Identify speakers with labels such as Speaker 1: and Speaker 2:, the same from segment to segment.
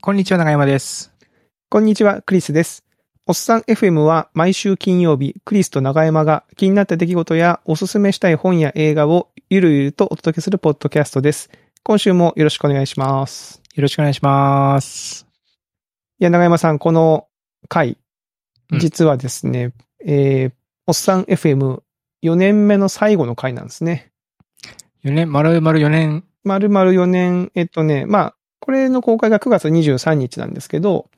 Speaker 1: こんにちは、長山です。
Speaker 2: こんにちは、クリスです。おっさん FM は毎週金曜日、クリスと長山が気になった出来事やおすすめしたい本や映画をゆるゆるとお届けするポッドキャストです。今週もよろしくお願いします。
Speaker 1: よろしくお願いします。
Speaker 2: いや、長山さん、この回、
Speaker 1: うん
Speaker 2: 実はですね、えー、おっさん FM4 年目の最後の回なんですね。
Speaker 1: 4年、丸々4年。
Speaker 2: まるまる4年、えっとね、まあ、これの公開が9月23日なんですけど、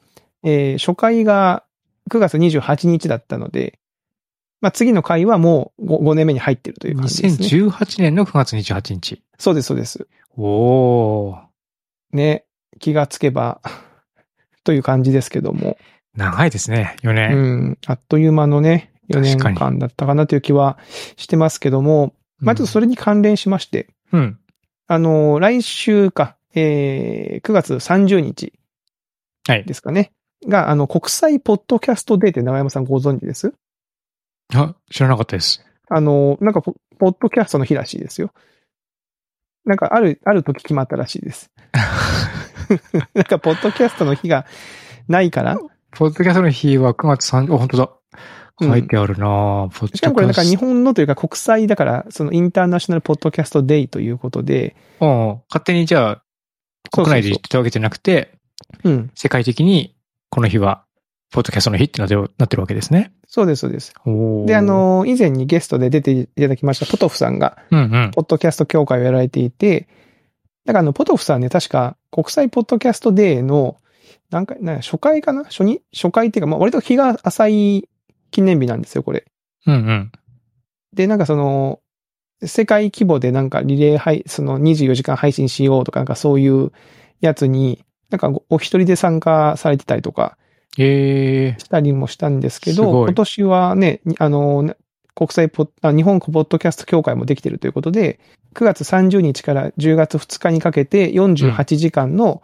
Speaker 2: えー初回が9月28日だったので、まあ、次の回はもう 5, 年目に入ってるという感じですね。
Speaker 1: 2018年の9月28日。
Speaker 2: そうです、そうです。
Speaker 1: おー。
Speaker 2: ね。気がつけば、 という感じですけども。
Speaker 1: 長いですね、4
Speaker 2: う
Speaker 1: 年。
Speaker 2: ん。あっという間のね、4年
Speaker 1: 確か
Speaker 2: 間だったかなという気はしてますけども、まあ、ちょっとそ
Speaker 1: れ。
Speaker 2: れに関連しまして、
Speaker 1: うん。
Speaker 2: あの、来週か、えー、9月30日
Speaker 1: はい
Speaker 2: ですかね。が、あの、国際ポッドキャストデーって長山さんご存知です
Speaker 1: あ、知らなかったです。
Speaker 2: あの、なんかポ、ポッドキャストの日らしいですよ。なんか、ある、ある時決まったらしい です。なんか、ポッドキャストの日がないから。
Speaker 1: ポッドキャストの日は9月3、あ、本当だ。書いてあるなぁ、ポッドキャスト。
Speaker 2: しかもこれなんか日本のというか国際だから、そのインターナショナルポッドキャストデイということで、
Speaker 1: うん勝手にじゃあ、
Speaker 2: そうそうそう
Speaker 1: 国内で言ってたわけじゃなくて、
Speaker 2: うん。
Speaker 1: 世界的にこの日は、ポッドキャストの日ってなってるなってるわけですね。
Speaker 2: そうです、そうです。
Speaker 1: おー
Speaker 2: で、あ、の、以前にゲストで出ていただきましたポトフさんが、
Speaker 1: うんうん。
Speaker 2: ポッドキャスト協会をやられていて、だからあの、ポトフさんね、確か国際ポッドキャストデーの、なんか、なんか初回かな初に初回っていうか、まあ割と日が浅い記念日なんですよ、これ。
Speaker 1: うんうん。
Speaker 2: で、なんかその、世界規模でなんかリレー配、その24時間配信しようとか、なんかそういうやつに、なんかごお一人で参加されてたりとか
Speaker 1: ええ
Speaker 2: したりもしたんですけ
Speaker 1: す
Speaker 2: ど、
Speaker 1: ごい
Speaker 2: 今年はね、にあの、な国際ポッあ日本ポッドキャスト協会もできてるということで、9月30日から10月2日にかけて48時間の、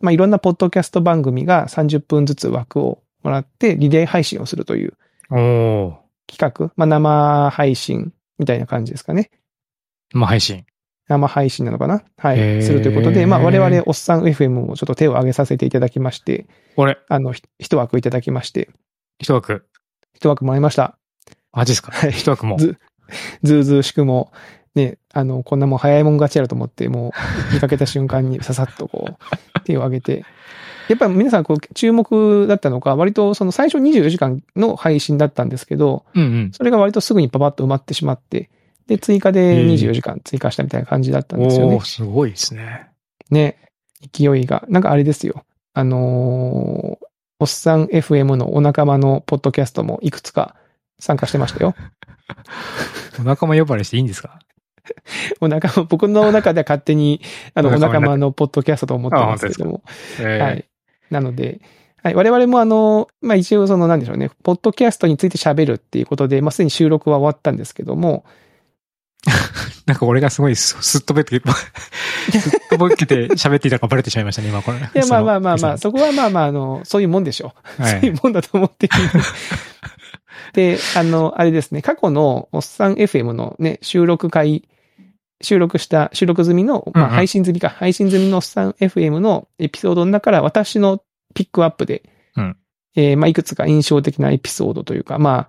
Speaker 2: まあ、いろんなポッドキャスト番組が30分ずつ枠をもらってリレー配信をするという
Speaker 1: おー。
Speaker 2: 企画、まあ、生配信みたいな感じですかね。
Speaker 1: まあ配信。
Speaker 2: 生配信なのかなは
Speaker 1: へー
Speaker 2: い。するということで、まあ我々、おっさん FM もちょっと手を挙げさせていただきまして、
Speaker 1: これ、
Speaker 2: あの、ひ一枠いただきまして、
Speaker 1: 一枠。
Speaker 2: 一枠もらいました。
Speaker 1: マジですか
Speaker 2: はい
Speaker 1: 一枠も。
Speaker 2: ずずうずうしくも、ね、あの、こんなもん早いもん勝ちやろと思って、もう、見かけた瞬間にさ さっとこう、手を挙げて。やっぱり皆さん、こう、注目だったのか、割とその最初24時間の配信だったんですけど、
Speaker 1: うんうん。
Speaker 2: それが割とすぐにパパッと埋まってしまって、で、追加で24時間追加したみたいな感じだったんですよね。
Speaker 1: おー、すごいですね。
Speaker 2: ね、勢いが、なんかあれですよ。あのーおっさん FM のお仲間のポッドキャストもいくつか参加してましたよ。
Speaker 1: お仲間呼ばれしていいんですか
Speaker 2: お仲間、僕の中では勝手に、あの、
Speaker 1: お
Speaker 2: お
Speaker 1: 仲間
Speaker 2: 仲
Speaker 1: にな
Speaker 2: 間のポッドキャストと思ってますけども。は
Speaker 1: え
Speaker 2: い。なので、はい、我々もあの、まあ、一応その、なんでしょうね、ポッドキャストについて喋るっていうことで、まあ、すでに収録は終わったんですけども、
Speaker 1: ーなんか俺がすごいすすっとぼけて、 すっとぼけて喋っていたのがバレてしまいましたね、今これ。い
Speaker 2: いや、まあまあまあまあ、
Speaker 1: そ
Speaker 2: そこはまあまあ、あの、そういうもんでしょう。
Speaker 1: のは
Speaker 2: そうい。
Speaker 1: いう
Speaker 2: もんだと思って いてで、あの、あれですね、過去のおっさん FM のね、収録会、収録した、収録済みの、ま
Speaker 1: う
Speaker 2: あ、
Speaker 1: んうん
Speaker 2: 配信済みか、配信済みのおっさん FM のエピソードの中から私のピックアップで、
Speaker 1: うん
Speaker 2: えーまあ、いくつか印象的なエピソードというか、まあ、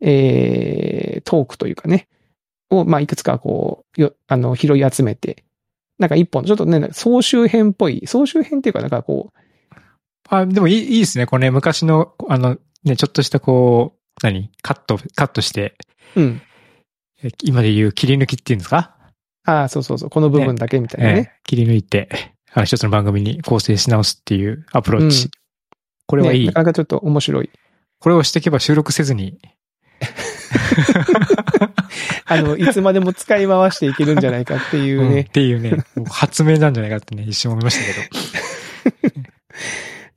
Speaker 2: えートークというかね、を、まあ、いくつかこう、よ、あの、拾い集めて、なんか一本、ちょっとね、総集編っぽい、総集編っていうか、なんかこう、
Speaker 1: あ、でもいい、いいですね。これね、昔の、あの、ね、ちょっとしたこう、何カット、カットして、
Speaker 2: うん。
Speaker 1: え今で言う切り抜きっていうんですか
Speaker 2: ああ、そうそうそう、この部分だけみたいなね。
Speaker 1: ええ切り抜いて、あの一つの番組に構成し直すっていうアプローチ。
Speaker 2: うん
Speaker 1: これはいい
Speaker 2: ねな。かなかちょっと面白い。
Speaker 1: これをしていけば収録せずに。
Speaker 2: あの、いつまでも使い回していけるんじゃないかってい
Speaker 1: うん
Speaker 2: う
Speaker 1: っ
Speaker 2: ね。
Speaker 1: ていうね、もう発明なんじゃないかってね、一瞬思いました けど。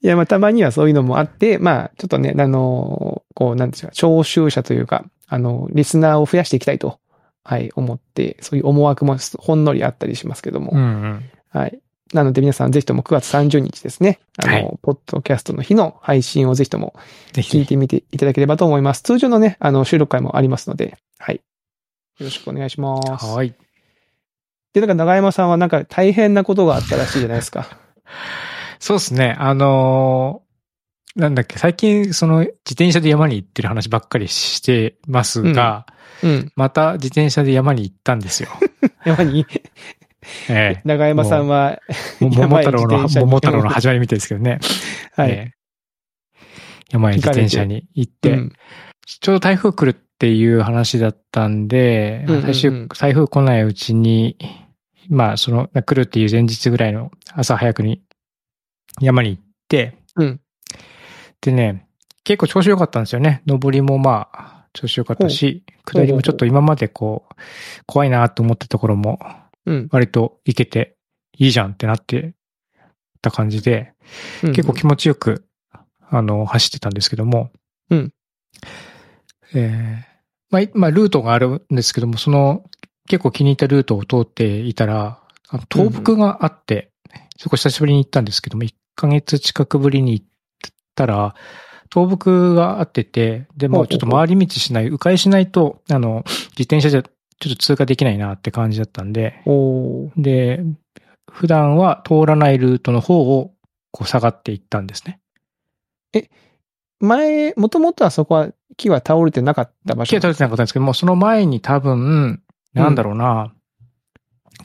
Speaker 2: いや、まあ、たまにはそういうのもあって、まあ、ちょっとね、あの、こう、なんですか、聴衆者というか、あの、リスナーを増やしていきたいと、はい、思って、そういう思惑もほんのりあったりしますけども。
Speaker 1: うんうん。
Speaker 2: はい。なので皆さんぜひとも9月30日ですね。あの、
Speaker 1: はい
Speaker 2: ポッドキャストの日の配信をぜひとも
Speaker 1: ぜ
Speaker 2: 聞い
Speaker 1: ひ、
Speaker 2: てみていただければと思います。通常のね、あの、収録会もありますので、はい。よろしくお願いします。
Speaker 1: はい。
Speaker 2: で、なんか長山さんはなんか大変なことがあったらしいじゃないですか。
Speaker 1: そうですね。あのーなんだっけ、最近、その、自転車で山に行ってる話ばっかりしてますが、
Speaker 2: うん。
Speaker 1: また自転車で山に行ったん ですよ。
Speaker 2: 山に、
Speaker 1: え
Speaker 2: 長山さんは、
Speaker 1: え。も桃太郎
Speaker 2: 山
Speaker 1: の、
Speaker 2: へ自転車に
Speaker 1: 桃太郎の始まりみたいですけどね。
Speaker 2: はい。
Speaker 1: ええ山へ自転車に行って、
Speaker 2: うん
Speaker 1: ちょうど台風来るっていう話だったんで、
Speaker 2: うんうんうん
Speaker 1: 最終台風来ないうちに、まあ、その、来るっていう前日ぐらいの朝早くに山に行って、
Speaker 2: うん
Speaker 1: でね、結構調子良かったんですよね。上りもまあ、調子良かったし、
Speaker 2: う
Speaker 1: 下りもちょっと今までこう、怖いなと思ったところも、
Speaker 2: うん。
Speaker 1: 割と行けて、いいじゃんってなってた感じで、結構気持ちよく、あの、走ってたんですけども。
Speaker 2: うん
Speaker 1: えーまあ、いまあ、ルートがあるんですけども、その、結構気に入ったルートを通っていたら、あの倒木があって、そこ久しぶりに行ったんですけども、1ヶ月近くぶりに行ったら、倒木があってて、でもう
Speaker 2: ほうほうほう
Speaker 1: ちょっと回り道しない、迂回しないと、あの、自転車じゃちょっと通過できないなって感じだったんで、
Speaker 2: おー
Speaker 1: で、普段は通らないルートの方をこう下がっていったんですね。
Speaker 2: 前、もともとはそこは木は倒れてなかった場
Speaker 1: 木
Speaker 2: 所
Speaker 1: は。倒れてなかったんですけども、その前に多分、なんだろうな、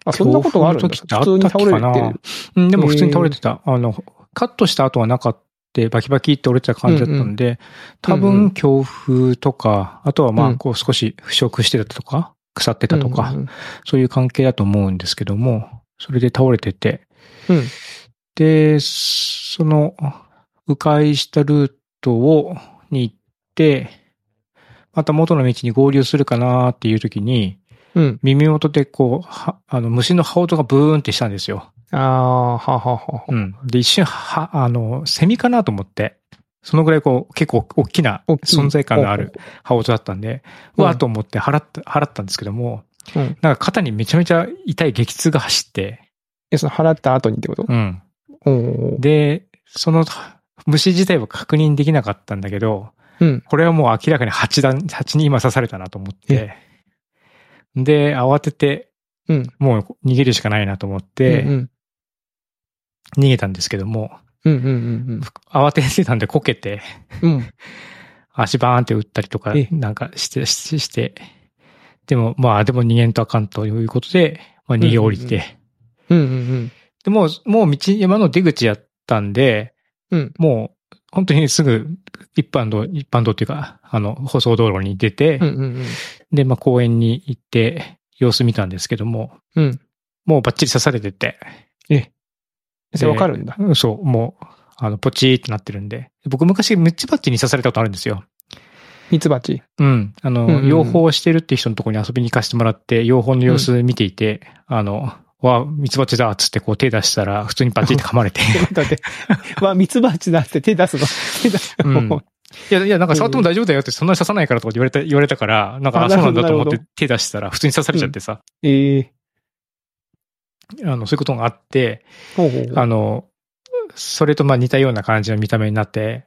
Speaker 2: あ、そんなことがあるんだ。
Speaker 1: 強風の時っ
Speaker 2: 普
Speaker 1: てあ
Speaker 2: 通
Speaker 1: っ
Speaker 2: に
Speaker 1: た
Speaker 2: 倒
Speaker 1: っけかな
Speaker 2: れて
Speaker 1: うんでも普通に倒れてた。あの、カットした後はなかった。バキバキって折れてた感じだったんで、多
Speaker 2: うんう
Speaker 1: 分
Speaker 2: ん
Speaker 1: 強風とか、あとはま
Speaker 2: う
Speaker 1: あ、
Speaker 2: ん
Speaker 1: こう少し腐食してたとか、腐ってた
Speaker 2: る
Speaker 1: とか、
Speaker 2: うん
Speaker 1: そういう関係だと思うんですけども、それで倒れてて、
Speaker 2: うん
Speaker 1: で、その、迂回したルートを、に行って、また元の道に合流するかなっていう時に、
Speaker 2: うん。
Speaker 1: 耳元でこう、はあの、虫の羽音がブーンってしたんですよ。
Speaker 2: ああ、ははは。
Speaker 1: うん。で、一瞬、は、あの、セミかなと思って、そのぐらいこう、結構大きな
Speaker 2: 大きい
Speaker 1: 存在感のある。羽音だったんで、う
Speaker 2: う
Speaker 1: んわーと思って払った、払ったんですけども、
Speaker 2: うん
Speaker 1: なんか肩にめちゃめちゃ痛い激痛が走って、
Speaker 2: え、その払った後にってこと
Speaker 1: うん。
Speaker 2: おー
Speaker 1: で、その虫自体は確認できなかったんだけど、
Speaker 2: うん
Speaker 1: これはもう明らかに蜂だ、蜂に今刺されたなと思って、で、慌てて、
Speaker 2: うん
Speaker 1: もう逃げるしかないなと思っ
Speaker 2: うんう
Speaker 1: て、
Speaker 2: ん
Speaker 1: 逃げたんですけども、
Speaker 2: うんうん
Speaker 1: 慌ててたんでこけて、
Speaker 2: うん。うん。
Speaker 1: 足バーンって打ったりとか
Speaker 2: え、
Speaker 1: なんかして、しして、でも、まあ、でも逃げんとあかんということで、まあ逃げ降りて、
Speaker 2: うんうんうんうん
Speaker 1: で、もう、もう道、山の出口やったんで、
Speaker 2: うん
Speaker 1: もう、本当にすぐ、一般道、一般道っていうか、あの、舗装道路に出て、
Speaker 2: うん。うんうん
Speaker 1: で、まあ、公園に行って、様子見たんですけども、
Speaker 2: うん。うん。
Speaker 1: もうバッチリ刺されてて、
Speaker 2: それわかるんだ。
Speaker 1: うんそう、もう、あの、ポチーってなってるんで、僕昔、ミツバッチに刺されたことあるんですよ。
Speaker 2: ミツバチ。
Speaker 1: うん。あの、
Speaker 2: うんうんうん
Speaker 1: 養蜂をしてるって人のところに遊びに行かせてもらって、養蜂の様子見ていて、あの、わ、ミツバチだっつってこう手出したら、普通にバチって噛まれて。
Speaker 2: だ って、わ、ミツバチだって手出すの。手出す
Speaker 1: うん
Speaker 2: の。
Speaker 1: いや、いや、なんか触っても大丈夫だよって、そんなに刺さないからとか言われた、言われたから、なんか、あ
Speaker 2: あ
Speaker 1: そ
Speaker 2: な
Speaker 1: うな
Speaker 2: るほ
Speaker 1: ん
Speaker 2: ど
Speaker 1: だと思っ
Speaker 2: な
Speaker 1: て
Speaker 2: る
Speaker 1: 手出したら、普通に刺されちゃってさ、
Speaker 2: ええ。
Speaker 1: あの、そういうことがあって、
Speaker 2: ほうほうほう
Speaker 1: あの、それとまあ似たような感じの見た目になって、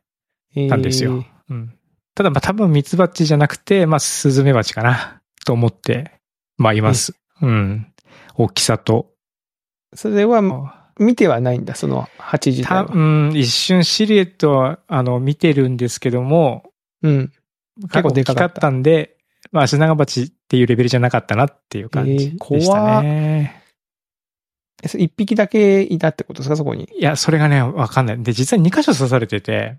Speaker 1: なんですよ。うん。ただまあ多分ミツバチじゃなくて、まあスズメバチかな、と思って、まあいます。うん。大きさと。
Speaker 2: えーそれは、見てはないんだ、その8時
Speaker 1: た
Speaker 2: 台は。
Speaker 1: うん、一瞬シルエットは、あの、見てるんですけども、
Speaker 2: うん。
Speaker 1: 結
Speaker 2: 結
Speaker 1: 構
Speaker 2: 構
Speaker 1: で
Speaker 2: で
Speaker 1: か
Speaker 2: か
Speaker 1: か
Speaker 2: かった
Speaker 1: ったんで、まあ、足長鉢っていうレベルじゃなかったなっていう感じでしたね。
Speaker 2: えそれ一匹だけいたってことですか、そこに。
Speaker 1: いや、それがね、わかんない。で、実は2箇所刺されてて、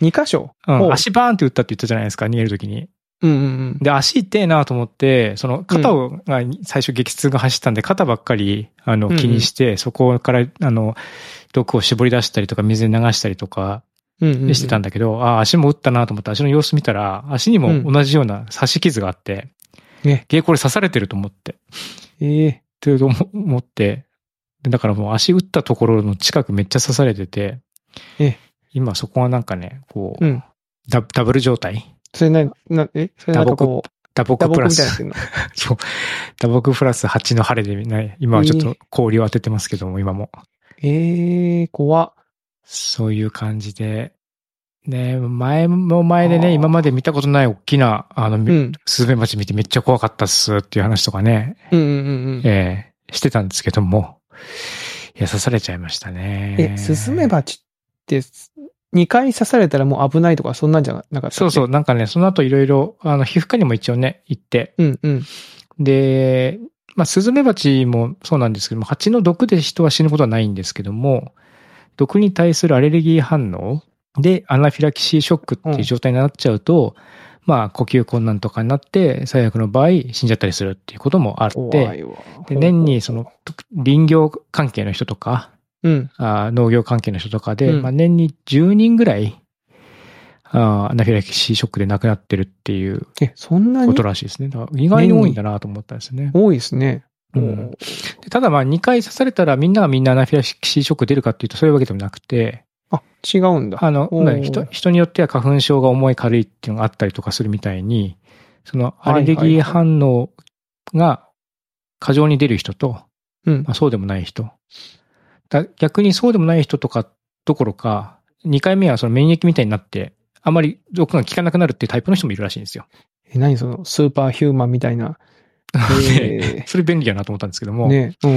Speaker 2: 2箇所。
Speaker 1: うん
Speaker 2: ほう
Speaker 1: 足バーンって打ったって言ったじゃないですか、逃げるときに。
Speaker 2: うんうん
Speaker 1: で、足痛えなと思って、その肩を、が最初激痛が走ったんで、肩ばっかり、あの、
Speaker 2: うんうん
Speaker 1: 気にして、そこから、あの、毒を絞り出したりとか、水に流したりとか
Speaker 2: うん。うんうんうん
Speaker 1: してたんだけど、ああ、足も打ったなと思って、足の様子見たら、足にも同じような刺し傷があって、
Speaker 2: ね
Speaker 1: え、これ刺されてると思って。
Speaker 2: ええ。
Speaker 1: って思思って、でだからもう足打ったところの近くめっちゃ刺されてて、
Speaker 2: ええ
Speaker 1: 今そこはなんかね、こう、
Speaker 2: うん。
Speaker 1: ダダブル状態
Speaker 2: それな、な、えそれなんかこう、
Speaker 1: 打撲
Speaker 2: 打
Speaker 1: プ
Speaker 2: 撲
Speaker 1: ラ
Speaker 2: みたいになっ
Speaker 1: ス
Speaker 2: て、んの。
Speaker 1: そう、打撲プラス蜂の晴れでね、今はちょっと氷を当ててますけども、今も。
Speaker 2: ええ、怖っ
Speaker 1: そういう感じで、ね、前も前で
Speaker 2: あ
Speaker 1: ね、
Speaker 2: ー
Speaker 1: 今まで見たことない大きな、あの、
Speaker 2: うん。
Speaker 1: スズメバチ見てめっちゃ怖かったっすっていう話とかね、
Speaker 2: うんうんうんうん。
Speaker 1: ええしてたんですけども、や、刺されちゃいましたね。
Speaker 2: え、スズメバチって、2回刺されたらもう危ないとか、そんなんじゃなかったっけ
Speaker 1: そうそう、なんかね、その後いろいろ、あの、皮膚科にも一応ね、行って、
Speaker 2: うんうん。
Speaker 1: で、まあ、スズメバチもそうなんですけども、蜂の毒で人は死ぬことはないんですけども、毒に対するアレルギー反応でアナフィラキシーショックっていう状態になっちゃうと、まあ、呼吸困難とかになって、最悪の場合、死んじゃったりするっていうこともあって、
Speaker 2: 怖いわ。
Speaker 1: で年にその、林業関係の人とか、
Speaker 2: うん。
Speaker 1: あー農業関係の人とかで、
Speaker 2: うん
Speaker 1: まあ、年に10人ぐらい、あーアナフィラキシーショックで亡くなってるっていう
Speaker 2: え、そんな
Speaker 1: こ
Speaker 2: に
Speaker 1: とらしいですね。だから意外に多いんだなと思ったんですよね。
Speaker 2: 多いですね。
Speaker 1: うんでただまあ2回刺されたらみんながみんなアナフィラキシーショック出るかっていうとそういうわけでもなくて、
Speaker 2: あ、違うんだ。
Speaker 1: あの、
Speaker 2: おー
Speaker 1: 人人によっては花粉症が重い軽いっていうのがあったりとかするみたいに、そのアレル
Speaker 2: はいはい
Speaker 1: ギー
Speaker 2: はい
Speaker 1: 反応が過剰に出る人と、
Speaker 2: うん
Speaker 1: まあ、そうでもない人。だ逆にそうでもない人とかどころか、2回目はその免疫みたいになって、あまり毒が効かなくなるっていうタイプの人もいるらしいんですよ。
Speaker 2: え、何その、スーパーヒューマンみたいな。え
Speaker 1: それ便利だなと思ったんですけど
Speaker 2: ー
Speaker 1: も。
Speaker 2: ね。うん。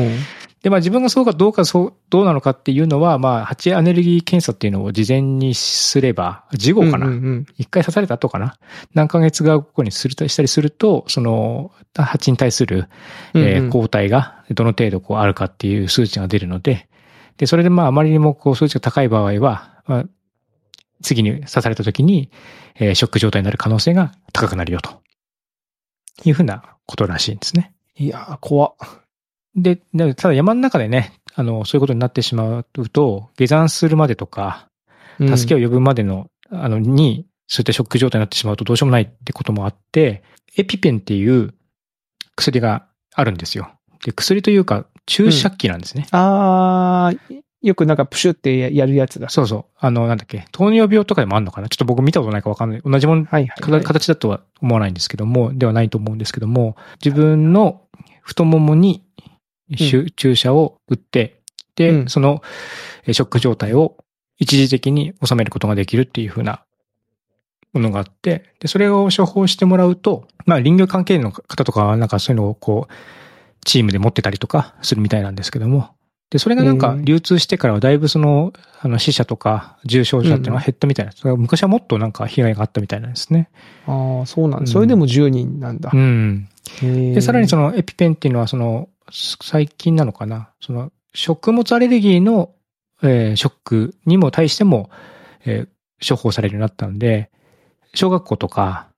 Speaker 1: で、まあ自分がそうかどうかそう、どうなのかっていうのは、まあ、蜂アレルギー検査っていうのを事前にすれば、事後かな。
Speaker 2: うんうんうん
Speaker 1: 一回刺された後かな何ヶ月後にするとしたりすると、その、蜂に対する、えー
Speaker 2: うんうん
Speaker 1: 抗体がどの程度こうあるかっていう数値が出るので、で、それでまああまりにもこう数値が高い場合は、まあ、次に刺された時に、えーショック状態になる可能性が高くなるよと。いうふうなことらしいんですね。
Speaker 2: いやー、怖っ。
Speaker 1: で、でただ山の中でね、あの、そういうことになってしまうと、下山するまでとか、助
Speaker 2: を。
Speaker 1: けを呼ぶまでの、あの、に、そういったショック状態になってしまうとどうしようもないってこともあって、エピペンっていう薬があるんですよ。で、薬というか、注射器なんですね。
Speaker 2: あー、よくなんかプシュってややるやつだ。
Speaker 1: そうそう。あの、なんだっけ、糖尿病とかでもあるのかなちょっと僕見たことないかわかんない。同じもん、
Speaker 2: はいはい、はい。
Speaker 1: 形だとは思わないんですけども、ではないと思うんですけども、自分の太ももにしゅ、注射を打って、で、
Speaker 2: うん
Speaker 1: そのえーショック状態を一時的に収めることができるっていう風なものがあって、で、それを処方してもらうと、まあ、林業関係の方とかはなんかそういうのをこう、チームで持ってたりとかするみたいなんですけども、で、それがなんか
Speaker 2: うん
Speaker 1: 流通してからはだいぶその、あの死者とか重症者っていうのが減ったみたいな、それが昔はもっとなんか被害があったみたいなんですね。
Speaker 2: あー、そうなん
Speaker 1: うん
Speaker 2: だ。それでも10人なんだ
Speaker 1: う。ん。で、
Speaker 2: で
Speaker 1: さらにそ
Speaker 2: の、
Speaker 1: のエピペンっていうのは、その、す最近なのかな、その、食物アレルギーの、えーショックにも対しても、えー処方されるようになったんで、小学校とか、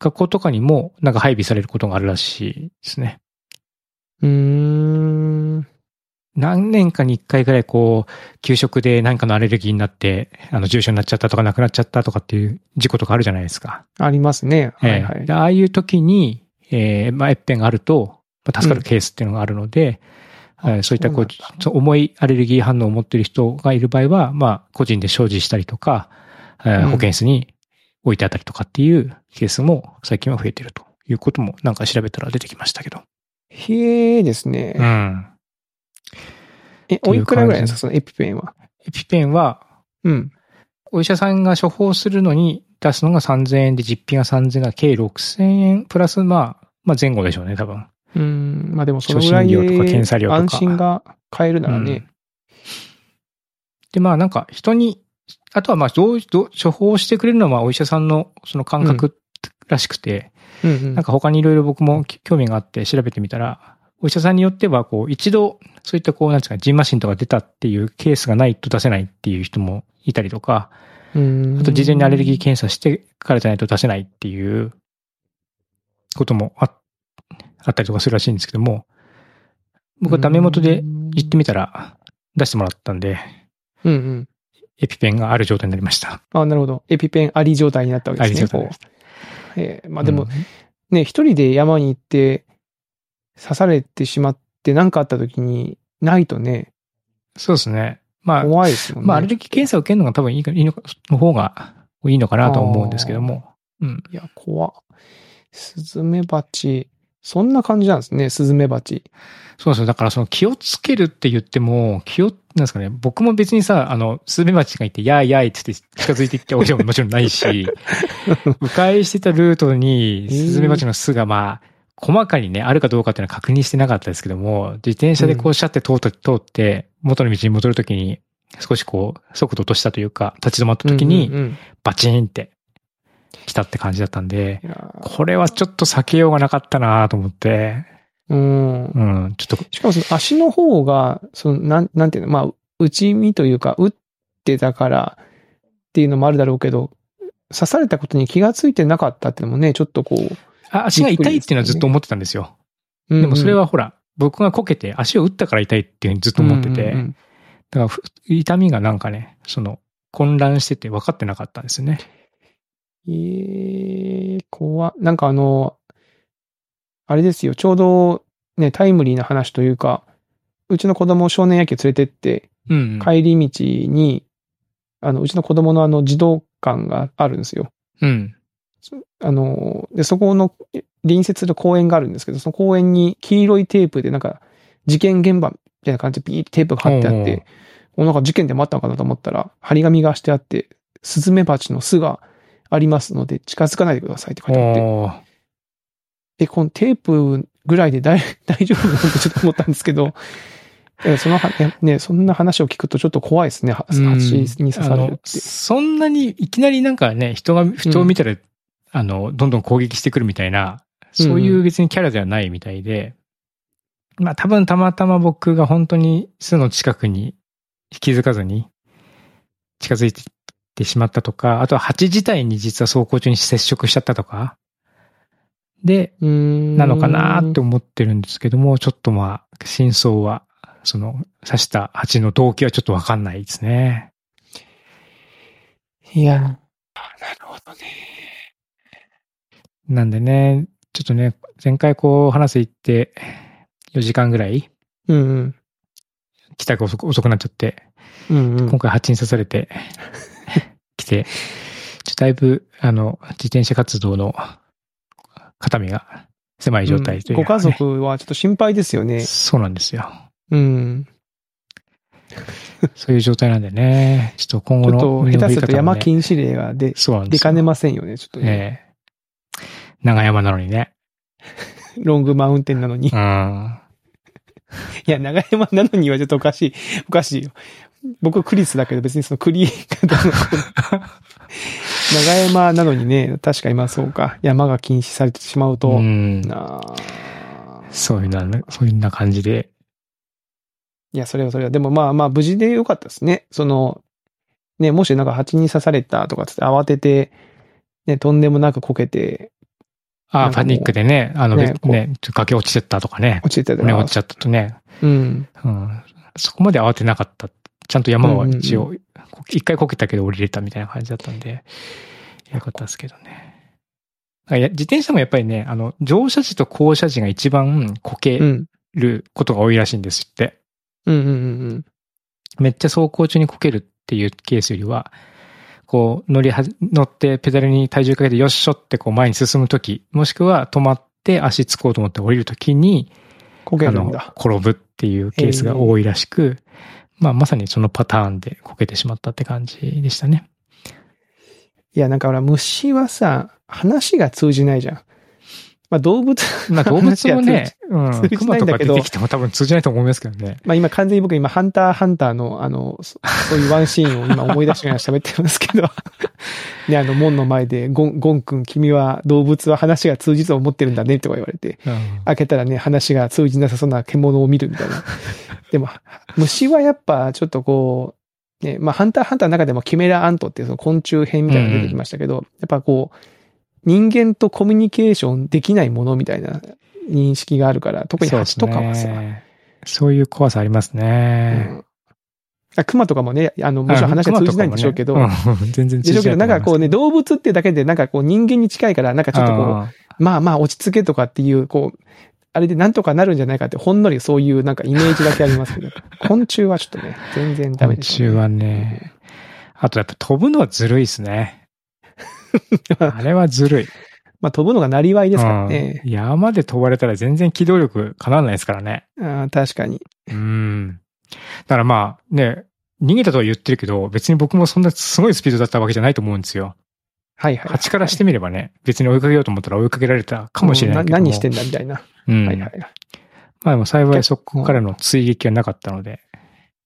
Speaker 1: 学校とかにも、なんか配備されることがあるらしいですね。
Speaker 2: うーん。
Speaker 1: 何年かに一回ぐらい、こう、給食で何かのアレルギーになって、あの、重症になっちゃったとか、亡くなっちゃったとかっていう事故とかあるじゃないですか。
Speaker 2: ありますね。は
Speaker 1: え
Speaker 2: い
Speaker 1: え
Speaker 2: はい。
Speaker 1: でああいう時に、えーまあ、エッペンがあると、まあ、助かるケースっていうのがあるので、
Speaker 2: うん
Speaker 1: えー
Speaker 2: あ
Speaker 1: そういったこう
Speaker 2: そうなんだ
Speaker 1: そう重いアレルギー反応を持っている人がいる場合は、まあ、個人で所持したりとか、えー
Speaker 2: うん
Speaker 1: 保健室に置いてあったりとかっていうケースも最近は増えてるということもなんか調べたら出てきましたけど。
Speaker 2: へえですね。
Speaker 1: うん。
Speaker 2: え、おいくらぐらいなんですか、そのエピペンは。
Speaker 1: エピペンは、
Speaker 2: うん。
Speaker 1: お医者さんが処方するのに出すのが3000円で実費が3000円が計6000円プラスまあ、まあ前後でしょうね、多分。
Speaker 2: うん。まあでもそのぐらい
Speaker 1: 初診料とか検査料とか
Speaker 2: 安心が買えるならね。
Speaker 1: うんで、まあなんか人に、あとはまあどう、どう、処方してくれるのはまあお医者さんのその感覚らしくて、
Speaker 2: うん、う
Speaker 1: なんか他にいろいろ僕もき興味があって調べてみたら、お医者さんによってはこう一度そういったこうなんですか、ジンマシンとか出たっていうケースがないと出せないっていう人もいたりとか、
Speaker 2: ん。
Speaker 1: あと事前にアレルギー
Speaker 2: 検
Speaker 1: 検査してからじゃないと出せないっていうこともああったりとかするらしいんですけども、僕はダメ元で行ってみたら出してもらったんで、
Speaker 2: うんうん。
Speaker 1: エピペンがある状態になりました。
Speaker 2: あ、なるほど。エピペンあり状態になったわけですね。
Speaker 1: あり状態です
Speaker 2: こうえーまあでも、ね、一人で山に行って刺されてしまって何かあった時にないとね、
Speaker 1: そうですね。まあ、
Speaker 2: 怖いですもんね。
Speaker 1: まあ、アレルギー検査を受けるのが多分いいかいいのか、の方がいいのかなとは思うんですけども。うん。
Speaker 2: いや、怖っスズメバチ。そんな感じなんですね、スズメバチ。
Speaker 1: そうそう。だからその気をつけるって言っても、気を、なんですかね、僕も別にさ、あの、スズメバチがいて、やーやーいって言って近づいていっておいでも もちろんないし、迂回してたルートに、スズメバチの巣がまあ、細かにね、あるかどうかっていうのは確認してなかったですけども、自転車でこうシャって通って、通って、元の道に戻るときに、少しこう、速度落としたというか、立ち止まったとき
Speaker 2: う
Speaker 1: に
Speaker 2: ん、うんうん
Speaker 1: バチーンって、来たって感じだったんで、
Speaker 2: いやー
Speaker 1: これはちょっと避けようがなかったなと思って、
Speaker 2: うん。
Speaker 1: うん、ちょっと、
Speaker 2: しかもその足の方が、その、なん、なんていうの、まあ、内身というか、打ってたからっていうのもあるだろうけど、刺されたことに気がついてなかったっていうのもね、ちょっとこう。
Speaker 1: あ足が痛いっていうのはずっと思ってたんですよ。でもそれはほら、僕がこけて足を打ったから痛いっていうふうにずっと
Speaker 2: うんうん、
Speaker 1: 思ってて、
Speaker 2: うんうんうん
Speaker 1: だからふ痛みがなんかね、その、混乱してて分かってなかったんですよね。
Speaker 2: えー、怖っなんかあの、あれですよ、ちょうど、ね、タイムリーな話というか、うちの子供を少年野球連れてって、
Speaker 1: うん、うん。
Speaker 2: 帰り道に、あの、うちの子供のあの、児童館があるんですよ。
Speaker 1: うん。
Speaker 2: あの、で、そこのえ隣接する公園があるんですけど、その公園に黄色いテープでなんか、事件現場みたいな感じでピーってテープが貼ってあっ
Speaker 1: うんうん
Speaker 2: て、おなんか事件でもあったのかなと思ったら、貼り紙がしてあって、スズメバチの巣がありますので、近づかないでくださいって書いてあって、
Speaker 1: おー
Speaker 2: え、このテープぐらいで 大大丈夫なのってちょっと思ったんですけど、えそのは、ねね、そんな話を聞くとちょっと怖いですね。は
Speaker 1: う
Speaker 2: 蜂
Speaker 1: ん
Speaker 2: に刺され
Speaker 1: あ
Speaker 2: るっ
Speaker 1: の
Speaker 2: て。
Speaker 1: そんなに、いきなりなんかね、人が、人を見たら、あの、どんどん攻撃してくるみたいな、そういう別にキャラではないみたいで、まあ多分たまたま僕が本当に巣の近くに気づかずに近づいていってしまったとか、あとは蜂自体に実は走行中に接触しちゃったとか、で、
Speaker 2: うーん
Speaker 1: なのかなって思ってるんですけども、ちょっとまあ、真相は、その、刺した蜂の動機はちょっとわかんないですね。
Speaker 2: いや。なるほどね。
Speaker 1: なんでね、ちょっとね、前回こう話行って、4時間ぐらい
Speaker 2: うんうん。
Speaker 1: 帰宅遅く遅くなっちゃって、
Speaker 2: うんうん
Speaker 1: 今回蜂に刺され て、来て、ちょっとだいぶ、あの、自転車活動の肩身が狭い状態という
Speaker 2: ご
Speaker 1: か
Speaker 2: 家
Speaker 1: ね、
Speaker 2: 族はちょっと心配ですよね。
Speaker 1: そうなんですよ。
Speaker 2: うん。
Speaker 1: そういう状態なんでね、ちょっと今後
Speaker 2: ちょっ
Speaker 1: の
Speaker 2: と
Speaker 1: 身
Speaker 2: 下
Speaker 1: の
Speaker 2: 手
Speaker 1: 振り
Speaker 2: すると
Speaker 1: 方も
Speaker 2: 山
Speaker 1: ね
Speaker 2: 禁止令が出、
Speaker 1: そうなんで
Speaker 2: 出
Speaker 1: すよ。
Speaker 2: かねませんよね。ちょっとね。
Speaker 1: ええ長山なのにね。
Speaker 2: ロングマウンテンなの に。い
Speaker 1: うん。
Speaker 2: や、長山なのにはちょっとおかしい。おかしいよ。僕クリスだけど別にそのクリエイターの長山なのにね、確か今そうか。山が禁止されてしまうと。
Speaker 1: うん。
Speaker 2: なあ
Speaker 1: そういうな、そういうな感じで。
Speaker 2: いや、それはそれは。でもまあまあ、無事でよかったですね。その、ね、もしなんか蜂に刺されたとかつって慌てて、ね、とんでもなくこけて
Speaker 1: あ
Speaker 2: な
Speaker 1: あ、
Speaker 2: んか
Speaker 1: パ
Speaker 2: もう
Speaker 1: ニックでね、あの、
Speaker 2: ね
Speaker 1: ね、ねちょっと崖落ちちゃったとかね、
Speaker 2: 落ちてた
Speaker 1: 骨
Speaker 2: ら
Speaker 1: 落ちちゃったとね、
Speaker 2: うん。
Speaker 1: うん。そこまで慌てなかった。ちゃんと山は一
Speaker 2: うん
Speaker 1: 応、こ一回こけたけど降りれたみたいな感じだったんで、よかったですけどね。あいや自転車もやっぱりね、あの、乗車時と降車時が一番こ
Speaker 2: う
Speaker 1: け
Speaker 2: ん。
Speaker 1: ることが多いらしいんですって。
Speaker 2: うんうんうん
Speaker 1: めっちゃ走行中にこけるっていうケースよりは、こう乗りはじ、乗ってペダルに体重かけてよっしょってこう前に進むとき、もしくは止まって足つこうと思って降りるときに、
Speaker 2: こけ
Speaker 1: あ
Speaker 2: るん
Speaker 1: の
Speaker 2: だ。、
Speaker 1: 転ぶっていうケースが多いらしく、まあまさにそのパターンでこけてしまったって感じでしたね。
Speaker 2: いや、なんかほら、虫はさ、話が通じないじゃん。まあ動物、
Speaker 1: まあ動物もね、う
Speaker 2: 通
Speaker 1: ん、
Speaker 2: じ
Speaker 1: 熊
Speaker 2: ないん
Speaker 1: と
Speaker 2: だ
Speaker 1: か
Speaker 2: け
Speaker 1: 出
Speaker 2: ど
Speaker 1: てきても多分通じないと思いますけどね。
Speaker 2: まあ今完全に僕今、ハンターハンターの、あの、そそういうワンシーンを今思い出しながら喋ってますけど、 ね、あの、門の前で、ゴン、ゴン君、君は動物は話が通じると思ってるんだね、とか言われて、
Speaker 1: うん
Speaker 2: 開けたらね、話が通じなさそうな獣を見るみた いな。でも、虫はやっぱちょっとこう、ね、まあ、ハンターハンターの中でもキメラアントっていうその昆虫編みたいなのが出てきましたけど、やっぱこう、人間とコミュニケーションできないものみたいな認識があるから、特に
Speaker 1: そうです
Speaker 2: 蜂とかはさ、
Speaker 1: ね。そういう怖さありますね。
Speaker 2: うんあ熊とかもね、あの、もちろん話は通じないんでしょうけど、
Speaker 1: あ熊とかもねうん全然
Speaker 2: で
Speaker 1: 通
Speaker 2: しょう
Speaker 1: じな
Speaker 2: けど、
Speaker 1: いと思います。
Speaker 2: なんかこうね、動物ってだけで、なんかこう人間に近いから、なんかちょっとこう、
Speaker 1: あ
Speaker 2: まあまあ落ち着けとかっていう、こう、あれでなんとかなるんじゃないかって、ほんのりそういうなんかイメージだけあ りますけど、昆虫はちょっとね、全然
Speaker 1: ー、
Speaker 2: ダメ
Speaker 1: 昆
Speaker 2: です、
Speaker 1: 虫はね、あとやっぱ飛ぶのはずるいです ね。あれはずるい。
Speaker 2: まあ飛ぶのがなりわいですからね。
Speaker 1: うん山で飛ばれたら全然機動力かなわないですからね。
Speaker 2: あー確かに。
Speaker 1: うん。だからまあね、逃げたとは言ってるけど、別に僕もそんなすごいスピードだったわけじゃないと思うんですよ。
Speaker 2: はいはい。
Speaker 1: 蜂からしてみればね、別に追いかけようと思ったら追いかけられたかもしれないけど
Speaker 2: う
Speaker 1: も
Speaker 2: ん何してんだみたいな。
Speaker 1: うん。
Speaker 2: はいはいはい。
Speaker 1: まあでも幸いそこからの追撃はなかったので。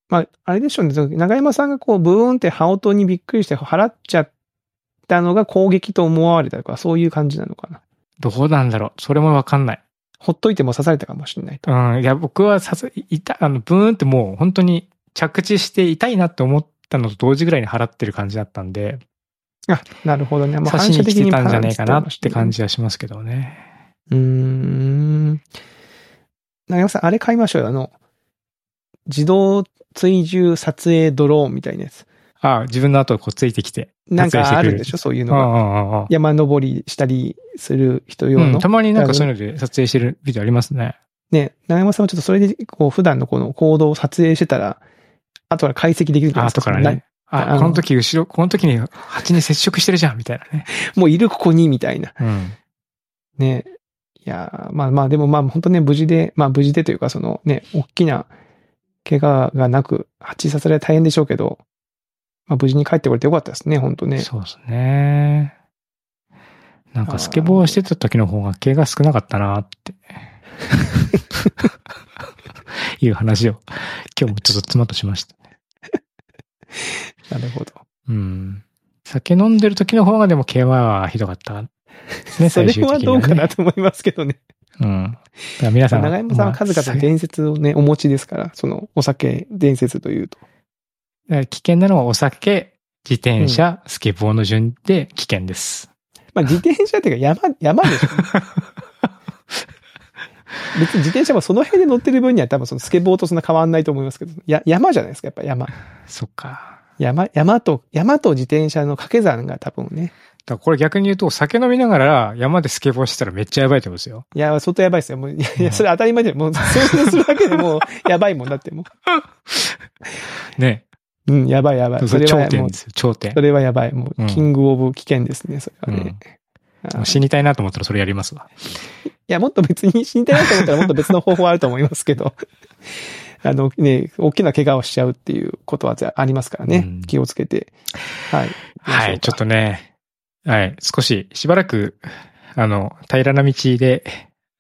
Speaker 2: まあ、あれでしょうね。長山さんがこう、ブーンって羽音にびっくりして払っちゃったのが攻撃と思われたとか、そういう感じなのかな。
Speaker 1: どうなんだろうそれもわかんない。
Speaker 2: ほっといても刺されたかもしれないと。
Speaker 1: うん。いや、僕はさす、いた、あの、ブーンってもう本当に着地して痛いなって思ったのと同時ぐらいに払ってる感じだったんで、
Speaker 2: あ、なるほどね。もう
Speaker 1: 刺
Speaker 2: 反
Speaker 1: し
Speaker 2: 射
Speaker 1: に来
Speaker 2: 的
Speaker 1: て
Speaker 2: に
Speaker 1: たんじゃねえかなって感
Speaker 2: じ。
Speaker 1: じはしますけどね。
Speaker 2: うーん。長山さん、あれ買いましょうよ。あの、自動追従撮影ドローンみたいなやつ。
Speaker 1: ああ自分の後をこうついてきて。
Speaker 2: なん
Speaker 1: 撮影して
Speaker 2: かあ
Speaker 1: くれ
Speaker 2: る
Speaker 1: る
Speaker 2: でしょそういう
Speaker 1: うんう
Speaker 2: の
Speaker 1: ん
Speaker 2: が。
Speaker 1: うんうん
Speaker 2: 山登りしたりする人用
Speaker 1: う
Speaker 2: の
Speaker 1: ん。た。まになんかそういうので撮影してるビデオありますね。
Speaker 2: ね、長山さんはちょっとそれで、こう、普段のこの行動を撮影してたら、後から解析できるじゃ
Speaker 1: あ
Speaker 2: ないです
Speaker 1: 後からね。
Speaker 2: あ
Speaker 1: あ、
Speaker 2: の
Speaker 1: この時後ろ、この時に蜂に接触してるじゃん、みたいなね。
Speaker 2: もういるここに、みたいな。
Speaker 1: うん。
Speaker 2: ね。いやー、まあまあ、でもまあ、本当ね、無事で、まあ無事でというか、そのね、大きな怪我がなく、蜂刺され大変でしょうけど、まあ無事に帰ってこれてよかったですね、本当ね。
Speaker 1: そうですね。なんかスケボーしてた時の方が毛が少なかったなって。いう話を今日もちょっと妻としました。
Speaker 2: なるほど。
Speaker 1: うん。酒飲んでる時の方がでも毛はひどかった。ね、
Speaker 2: そ
Speaker 1: 最
Speaker 2: れ
Speaker 1: 終
Speaker 2: は
Speaker 1: 的に
Speaker 2: ど
Speaker 1: は、
Speaker 2: う
Speaker 1: ね。
Speaker 2: かなと思いますけどね。
Speaker 1: うん。だから皆さん。
Speaker 2: 長山さんは数々の伝説をね、お持ちですから、そのお酒伝説というと。
Speaker 1: まあ危険なのはお酒、自転車、スケボーの順で危険です。
Speaker 2: まあ自転車っていうか山、山でしょ。別に自転車もその辺で乗ってる分には多分そのスケボーとそんな変わんないと思いますけど、や山じゃないですか、やっぱ山。
Speaker 1: そっか。
Speaker 2: 山、山と、山と自転車の掛け算が多分ね。
Speaker 1: だからこれ逆に言うと、お酒飲みながら山でスケボーしてたらめっちゃやばいってことですよ。
Speaker 2: いや、相当やばいですよ。もう、いや、いうや
Speaker 1: ん
Speaker 2: それ当たり前で、もう、想像するだけで もう、やばいもんだって、も
Speaker 1: ね。
Speaker 2: う。うん、やばいやばい。
Speaker 1: そ
Speaker 2: そ
Speaker 1: れ
Speaker 2: れ
Speaker 1: 頂
Speaker 2: は、
Speaker 1: 点
Speaker 2: もう
Speaker 1: で、すよ、頂点
Speaker 2: そ。れはやばい。も
Speaker 1: うん
Speaker 2: う、キングオブ危険ですね、それはね。あ
Speaker 1: もう
Speaker 2: ーい
Speaker 1: 死にたいなと思ったらそれやりますわ。
Speaker 2: や、もっと別に死にたいなと思ったらもっと別の方法はあると思います けど。あのね、大きな怪我をしちゃうっていうことはありますからね。
Speaker 1: うん
Speaker 2: 気をつけて。はい。
Speaker 1: はい、ちょっ
Speaker 2: と。
Speaker 1: とね、はい、少し、しばらく、あの、平らな道で、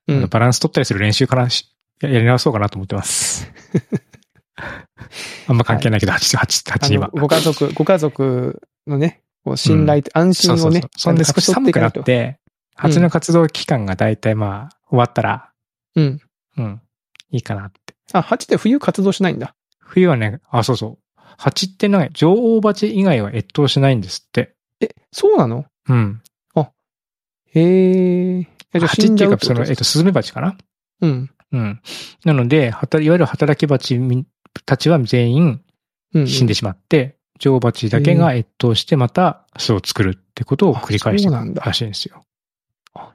Speaker 2: う
Speaker 1: あの
Speaker 2: ん。
Speaker 1: バランス取ったりする練習からしややり直そうかなと思って ます。あんま関係ないけど、8、8、8に
Speaker 2: あの
Speaker 1: は。
Speaker 2: ご家族、 ご家族のね、こう信頼と安
Speaker 1: そ
Speaker 2: 心
Speaker 1: うそ
Speaker 2: を
Speaker 1: うそ
Speaker 2: ね
Speaker 1: う。。そんで少し寒くなっ
Speaker 2: 勝ち取いか
Speaker 1: て、
Speaker 2: うん
Speaker 1: 蜂の活動期間がだいたいまあ、終わったら、
Speaker 2: ないと。うん。
Speaker 1: うん、いいかなって。
Speaker 2: あ、蜂って冬活動しないんだ。
Speaker 1: 冬はね、あ、そうそう。蜂ってない、女王蜂以外は越冬しないんですって。
Speaker 2: え、そうなの
Speaker 1: うん。
Speaker 2: へえ。いやじゃあ
Speaker 1: 蜂っ
Speaker 2: 死ん
Speaker 1: て
Speaker 2: じ
Speaker 1: いう
Speaker 2: ゃう
Speaker 1: か
Speaker 2: っ、て
Speaker 1: そ
Speaker 2: こと
Speaker 1: の、えっと、スズメバチかな
Speaker 2: うん。
Speaker 1: うん。なので、はたいわゆる働き蜂みたちは全員
Speaker 2: うん。
Speaker 1: 死んでしまって、女王蜂だけが越冬してまた巣を作るってことを繰り返してい
Speaker 2: あそうな
Speaker 1: く
Speaker 2: んだ
Speaker 1: らしいんですよ。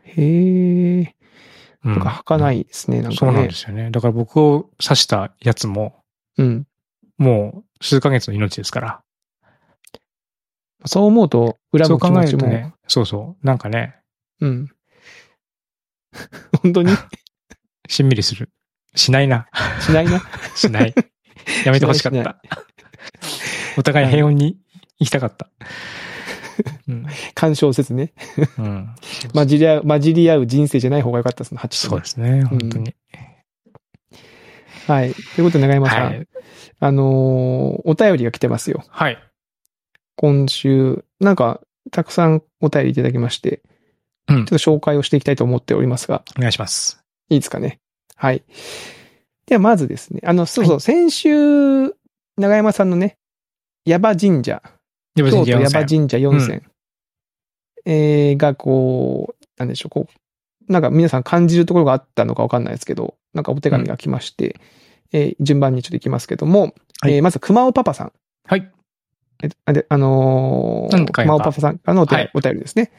Speaker 2: へえ。
Speaker 1: うん。
Speaker 2: なんか儚かないですね、なんか
Speaker 1: そう
Speaker 2: ね。
Speaker 1: なんですよね。だから僕を刺したやつも、
Speaker 2: うん
Speaker 1: もう数ヶ月の命ですから。
Speaker 2: そう思うと、恨
Speaker 1: そう
Speaker 2: む
Speaker 1: 考
Speaker 2: 気持
Speaker 1: える
Speaker 2: ち
Speaker 1: と
Speaker 2: も。
Speaker 1: ね、そうそう。なんかね、
Speaker 2: うん。 本当に
Speaker 1: しんみりする。しないな。
Speaker 2: しない な。
Speaker 1: し ない。やめてほしかっ
Speaker 2: しない
Speaker 1: た。お互い平穏に行きたかった。うん。
Speaker 2: 干渉せずね。
Speaker 1: うん。
Speaker 2: 混じり合う、混じり合う人生じゃない方が良かったですね、8
Speaker 1: そうですね、本当に。
Speaker 2: はい。ということで、長山さん、
Speaker 1: はい。
Speaker 2: あのーお便りが来てますよ。
Speaker 1: はい。
Speaker 2: 今週、なんか、たくさんお便りいただきまして、
Speaker 1: うん
Speaker 2: ちょっと紹介をしていきたいと思っておりますが、
Speaker 1: お願いします。
Speaker 2: いいですかね。はい。では、まずですね、あの、そうそう、
Speaker 1: は
Speaker 2: 先週、長山さんのね、矢場神社、
Speaker 1: でも全
Speaker 2: 京都
Speaker 1: 然
Speaker 2: 矢
Speaker 1: 4
Speaker 2: 場
Speaker 1: 歳
Speaker 2: 神社4選、えーがこう、なんでしょう、こう、なんか皆さん感じるところがあったのかわかんないですけど、なんかお手紙が来まして、えー順番にちょっといきますけども、
Speaker 1: はい
Speaker 2: えーまず熊尾パパさん。
Speaker 1: はい。
Speaker 2: えっとあで、あのー
Speaker 1: 何回か
Speaker 2: 熊尾パパさんからのお便
Speaker 1: は
Speaker 2: り,、
Speaker 1: い
Speaker 2: お便りですね。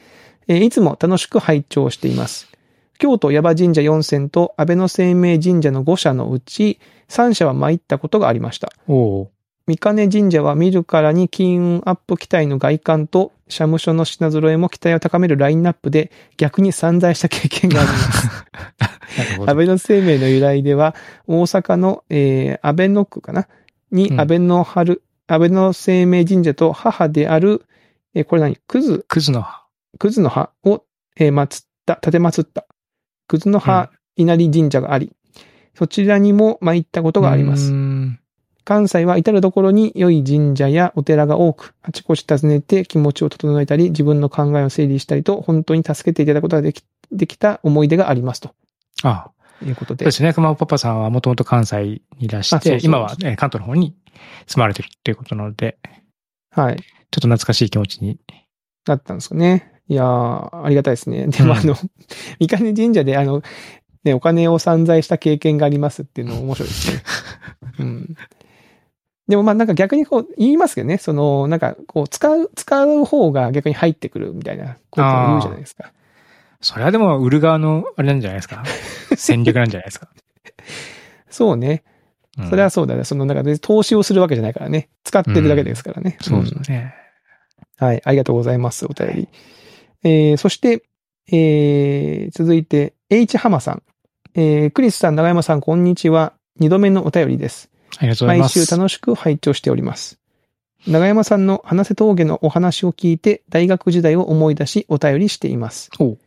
Speaker 2: えーいつも楽しく拝聴しています。京都矢場神社4選と安倍の生命神社の5社のうち、3社は参ったことがありました。
Speaker 1: おお
Speaker 2: 三金神社は見るからに金運アップ期待の外観と社務所の品揃えも期待を高めるラインナップで逆に散財した経験があります。
Speaker 1: ー。なるほ
Speaker 2: 安
Speaker 1: ど。
Speaker 2: 倍の生命の由来では大阪の、えー、安倍の区かなに
Speaker 1: うん
Speaker 2: 安倍の春、安倍の生命神社と母である、えーこれ何クズ
Speaker 1: クズの
Speaker 2: クズの葉を、えー、祀った、建て祀った、クズの葉稲荷神社があり、そちらにも参ったことがあります
Speaker 1: う。ん
Speaker 2: 関西は至る所に良い神社やお寺が多く、あちこち訪ねて気持ちを整えたり、自分の考えを整理したりと、本当に助けていただくことができできた思い出がありますと
Speaker 1: あ
Speaker 2: いうこと
Speaker 1: そ
Speaker 2: で。
Speaker 1: うですね。熊尾パパさんはもともと関西にいらし
Speaker 2: あそう
Speaker 1: て
Speaker 2: そう、
Speaker 1: 今はえー関東の方に住まれてるっていうことなので、
Speaker 2: はい。
Speaker 1: ちょっと懐かしい気持ちに。
Speaker 2: だったんですかね。いやー、ありがたいですね。でも
Speaker 1: うん
Speaker 2: あの、三金神社であの、ね、お金を散財した経験がありますっていうの面白いです ね。うん。でもまあなんか逆にこう言いますけどね、そのなんかこう使う、使う方が逆に入ってくるみたいなことを言うじゃないですか。
Speaker 1: それはでも売る側のあれなんじゃないです か戦略なんじゃないですか、
Speaker 2: そうね。
Speaker 1: うん
Speaker 2: それはそうだね。そのなんか別に投資をするわけじゃないからね。使ってるだけですからね。
Speaker 1: そうで
Speaker 2: ん
Speaker 1: すね。
Speaker 2: はい、ありがとうございます、お便り。えー、そして、えー、続いて、H ハマさん。えー、クリスさん、長山さん、こんにちは。二度目のお便りです。
Speaker 1: ありがとうござい
Speaker 2: 毎
Speaker 1: ます。
Speaker 2: 週楽しく拝聴しております。長山さんの話せ峠のお話を聞いて、大学時代を思い出し、お便りしています
Speaker 1: おう。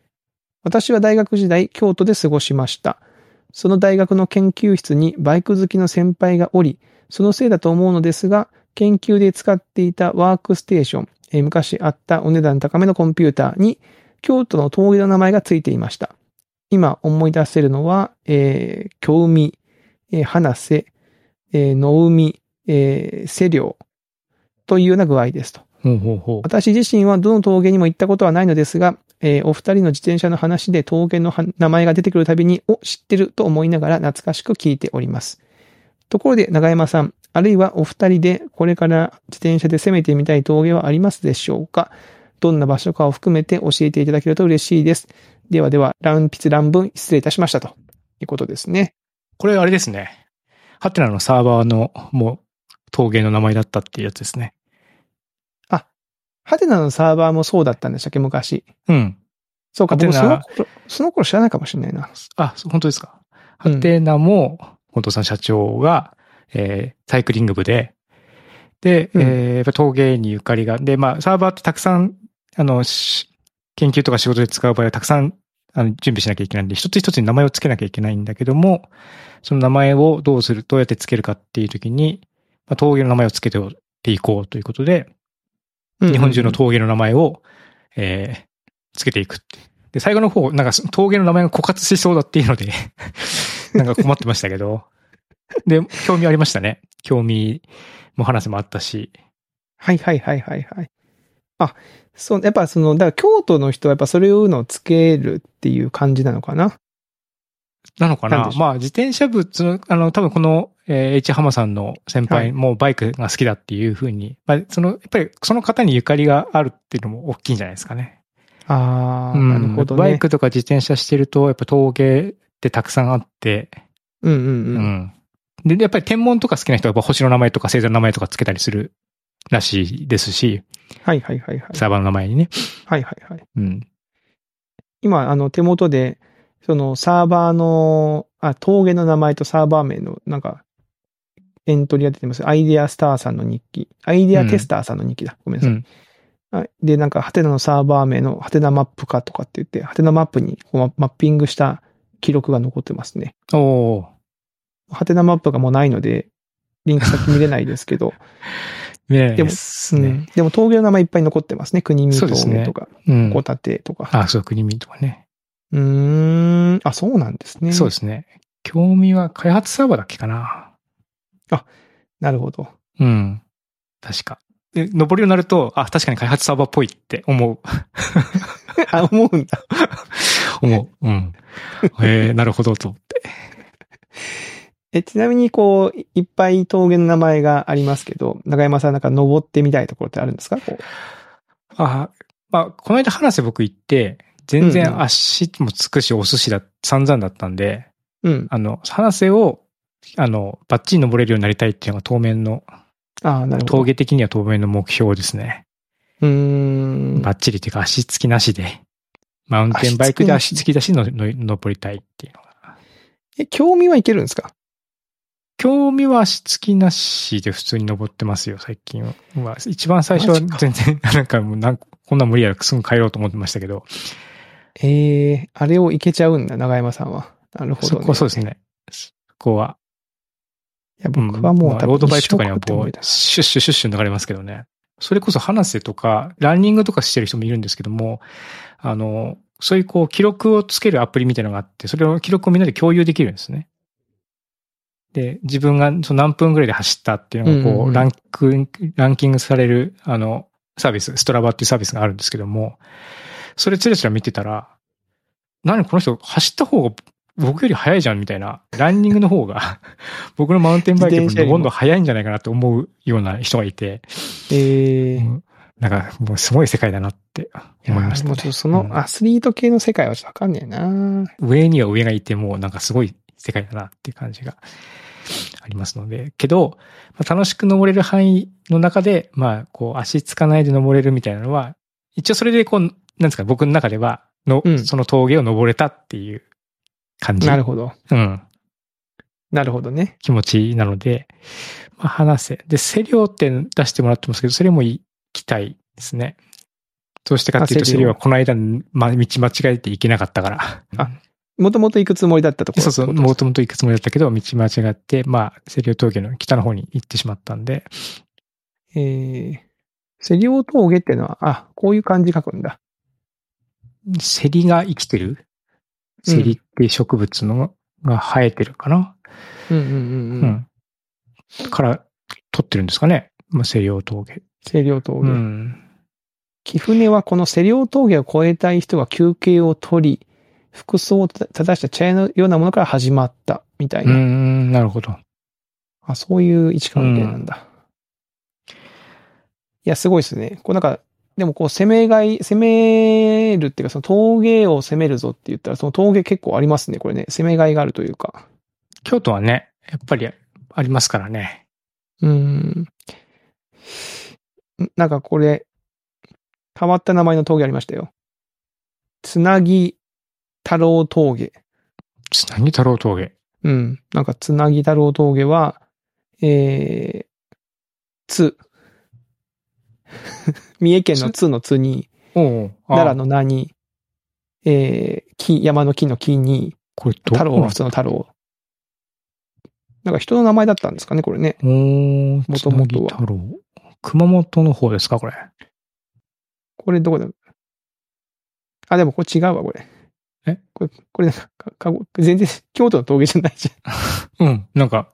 Speaker 2: 私は大学時代、京都で過ごしました。その大学の研究室にバイク好きの先輩がおり、そのせいだと思うのですが、研究で使っていたワークステーション、えー昔あったお値段高めのコンピューターに、京都の峠の名前がついていました。今思い出せるのは、えー、京海、えー、花瀬、えー、野海、えー、瀬良というような具合ですと。
Speaker 1: ほうほうほう。
Speaker 2: 私自身はどの峠にも行ったことはないのですが、えーお二人の自転車の話で峠のは名前が出てくるたびに、お、知ってると思いながら懐かしく聞いております。ところで、長山さん、あるいはお二人でこれから自転車で攻めてみたい峠はありますでしょうかどんな場所かを含めて教えていただけると嬉しいです。ではでは、乱筆乱文失礼いたしましたということですね。
Speaker 1: これあれですね。ハテナのサーバーのもう峠の名前だったっていうやつですね。
Speaker 2: ハテナのサーバーもそうだったんでしたっけ昔。
Speaker 1: うん。
Speaker 2: そうか、僕
Speaker 1: ハ
Speaker 2: そ
Speaker 1: テ
Speaker 2: の
Speaker 1: ナ
Speaker 2: 頃、その頃知らないかもしれないな。
Speaker 1: あ、そう本当ですか。
Speaker 2: うん
Speaker 1: ハテナも、近藤さん社長が、えーサイクリング部で、で、
Speaker 2: うん
Speaker 1: えーやっぱ陶芸にゆかりが、で、まあ、サーバーってたくさん、あの、し研究とか仕事で使う場合はたくさん、あの、準備しなきゃいけないんで、一つ一つに名前をつけなきゃいけないんだけども、その名前をどうする、どうやってつけるかっていう時に、まあ、陶芸の名前をつけておっていこうということで、日本中の峠の名前を、えー、つけていくって。で、最後の方、なんか峠の名前が枯渇しそうだっていうので、 なんか困ってましたけど。で、興味ありましたね。興味も話もあったし。
Speaker 2: はいはいはいはいはい。あ、そう、やっぱその、だから京都の人はやっぱそれをのをつけるっていう感じなのかな。
Speaker 1: なのか
Speaker 2: なん
Speaker 1: な
Speaker 2: でしょう
Speaker 1: まあ、自転車部、その、あの、多分この、えー、H 浜さんの先
Speaker 2: はい
Speaker 1: 輩もバイクが好きだっていうふうに、まあ、その、やっぱりその方にゆかりがあるっていうのも大きいんじゃないですかね。
Speaker 2: ああ、
Speaker 1: うん
Speaker 2: なるほどね。
Speaker 1: バイクとか自転車してると、やっぱ峠ってたくさんあって、
Speaker 2: うんう
Speaker 1: うんん。で、やっぱり天文とか好きな人はやっぱ星の名前とか星座の名前とかつけたりするらしいですし、
Speaker 2: うん。はいはいはいはい。
Speaker 1: サーバーの名前にね。
Speaker 2: はいはいはい。
Speaker 1: うん。
Speaker 2: 今、あの、手元で、そのサーバーの、あ、峠の名前とサーバー名の、なんか、エントリーが出てます。アイデアスターさんの日記。アイデアテスターさんの日記だ。ごめんな
Speaker 1: う
Speaker 2: さい。
Speaker 1: ん。
Speaker 2: はいで、なんか、ハテナのサーバー名のハテナマップかとかって言って、ハテナマップにこうママッピングした記録が残ってますね。
Speaker 1: おお
Speaker 2: ハテナマップがもうないので、リンク先見れないです けど、
Speaker 1: ー。ねえ。
Speaker 2: でも
Speaker 1: す
Speaker 2: う
Speaker 1: ね
Speaker 2: ん。でも峠の名前いっぱい残ってますね。国見
Speaker 1: そうですね
Speaker 2: 峠とか、
Speaker 1: うん。
Speaker 2: 小立とか。
Speaker 1: あ、そう、国民とかね。
Speaker 2: うーん。あ、そうなんですね。
Speaker 1: そうですね。興味は開発サーバーだっけかな。
Speaker 2: なるほど。
Speaker 1: うん。確か。で、上りをなると、あ、確かに開発サーバーっぽいって思う。
Speaker 2: あ、思うんだ。
Speaker 1: 思う。うん。へえ、なるほどと思って。
Speaker 2: え、ちなみに、こう、いいっぱい峠の名前がありますけど、中山さんなんか登ってみたいところってあるんですかこう
Speaker 1: あ、まあ、この間話せ僕行って、全然足もつくし、お寿司だ、散々だったんで、
Speaker 2: うん。
Speaker 1: あの、花瀬を、あの、バッチリ登れるようになりたいっていうのが当面の、
Speaker 2: あーなるほど。
Speaker 1: 峠的には当面の目標ですね。
Speaker 2: うーん。
Speaker 1: バッチリっていうか足つきなしで、マウンテンバイクで足つきなしのの登りたいっていうのが。
Speaker 2: え、興味はいけるんですか
Speaker 1: 興味は足つきなしで普通に登ってますよ、最近は。一番最初は
Speaker 2: マジか
Speaker 1: 全然、なんかもう何個こんなん無理やらすぐ帰ろうと思ってましたけど、
Speaker 2: ええあれをいけちゃうんだ、長山さんは。なるほど、
Speaker 1: そ
Speaker 2: ね。
Speaker 1: こそうですね。そこは。
Speaker 2: いや、
Speaker 1: うん
Speaker 2: 僕はもう
Speaker 1: まあ
Speaker 2: 多分、
Speaker 1: ロードバイクとかには
Speaker 2: 一生
Speaker 1: こ
Speaker 2: 食ってもいいうだ、
Speaker 1: シュッシュッシュッシュ流れますけどね。それこそ、花瀬とか、ランニングとかしてる人もいるんですけども、あの、そういうこう、記録をつけるアプリみたいなのがあって、それを記録をみんなで共有できるんですね。で、自分がその何分ぐらいで走ったっていうのが、
Speaker 2: うん
Speaker 1: こ
Speaker 2: うんう
Speaker 1: う、
Speaker 2: ん
Speaker 1: ランク、ランキングされる、あの、サービス、ストラバっていうサービスがあるんですけども、それつらつら見てたら、何この人走った方が僕より速いじゃんみたいな、ランニングの方が、 僕のマウンテンバイクより
Speaker 2: 自転車より
Speaker 1: も
Speaker 2: も
Speaker 1: どんどん速いんじゃないかなって思うような人がいて、
Speaker 2: ええ
Speaker 1: うんなんかもうすごい世界だなって思いました、
Speaker 2: も
Speaker 1: ね
Speaker 2: うちょっとそのアスリート系の世界はちょっとわかんねえな
Speaker 1: うん上には上がいてもうなんかすごい世界だなっていう感じがありますので、けど、まあ、楽しく登れる範囲の中で、まあこう足つかないで登れるみたいなのは、一応それでこう、なんですか、僕の中ではの、
Speaker 2: うん
Speaker 1: その峠を登れたっていう感じ。
Speaker 2: なるほど。
Speaker 1: うん。
Speaker 2: なるほどね。
Speaker 1: 気持ちなので、まあ、話せ。で、セリオって出してもらってますけど、セリオも行きたいですね。どうしてかっていうと、
Speaker 2: あセ
Speaker 1: セ
Speaker 2: リ
Speaker 1: リ
Speaker 2: オ
Speaker 1: オはこの間、ま、道間違えて行けなかったから。
Speaker 2: あもともと行くつもりだったとこ
Speaker 1: で
Speaker 2: ろ
Speaker 1: そうそう、も
Speaker 2: う、
Speaker 1: ともと行くつもりだったけど、道間違って、まあ、セリオ峠の北の方に行ってしまったんで、
Speaker 2: えー、セリオ峠ってのは、あ、こういう漢字書くんだ。
Speaker 1: セリが生きてる
Speaker 2: うん
Speaker 1: セリって植物のが生えてるかな、
Speaker 2: うんうんうん
Speaker 1: う
Speaker 2: うん。
Speaker 1: ん。から、取ってるんですかねまあ、セリオ峠。
Speaker 2: セリオ峠。
Speaker 1: うん。
Speaker 2: 貴船はこのセリオ峠を越えたい人が休憩を取り、服装を正した茶屋のようなものから始まった、みたいうな。
Speaker 1: ん、なるほど。
Speaker 2: あ、そういう位置関係なんだ。いや、すごいですね。こうなんか、でもこう攻めがい、攻めるっていうか、その峠を攻めるぞって言ったら、その峠結構ありますね、これね。攻めがいがあるというか。
Speaker 1: 京都はね、やっぱりありますからね。
Speaker 2: うーん。んなんかこれ、変わった名前の峠ありましたよ。つなぎ太郎峠。
Speaker 1: つなぎ太郎峠。
Speaker 2: うん。なんか、つなぎ太郎峠は、えー、つ。 三重県のつのつに、
Speaker 1: おお
Speaker 2: 奈良の名に、えー、木、山の木の木に、
Speaker 1: これど
Speaker 2: 太郎
Speaker 1: こ
Speaker 2: は普通の太郎。なんか人の名前だったんですかね、これね。
Speaker 1: おー、
Speaker 2: 元
Speaker 1: つなぎ
Speaker 2: 々は
Speaker 1: 太郎。熊本の方ですか、これ。
Speaker 2: これどこだあ、でもこれ違うわ、これ。
Speaker 1: え
Speaker 2: これ、これなんか、かかご全然、 京都の峠じゃないじゃ
Speaker 1: うん。なんか、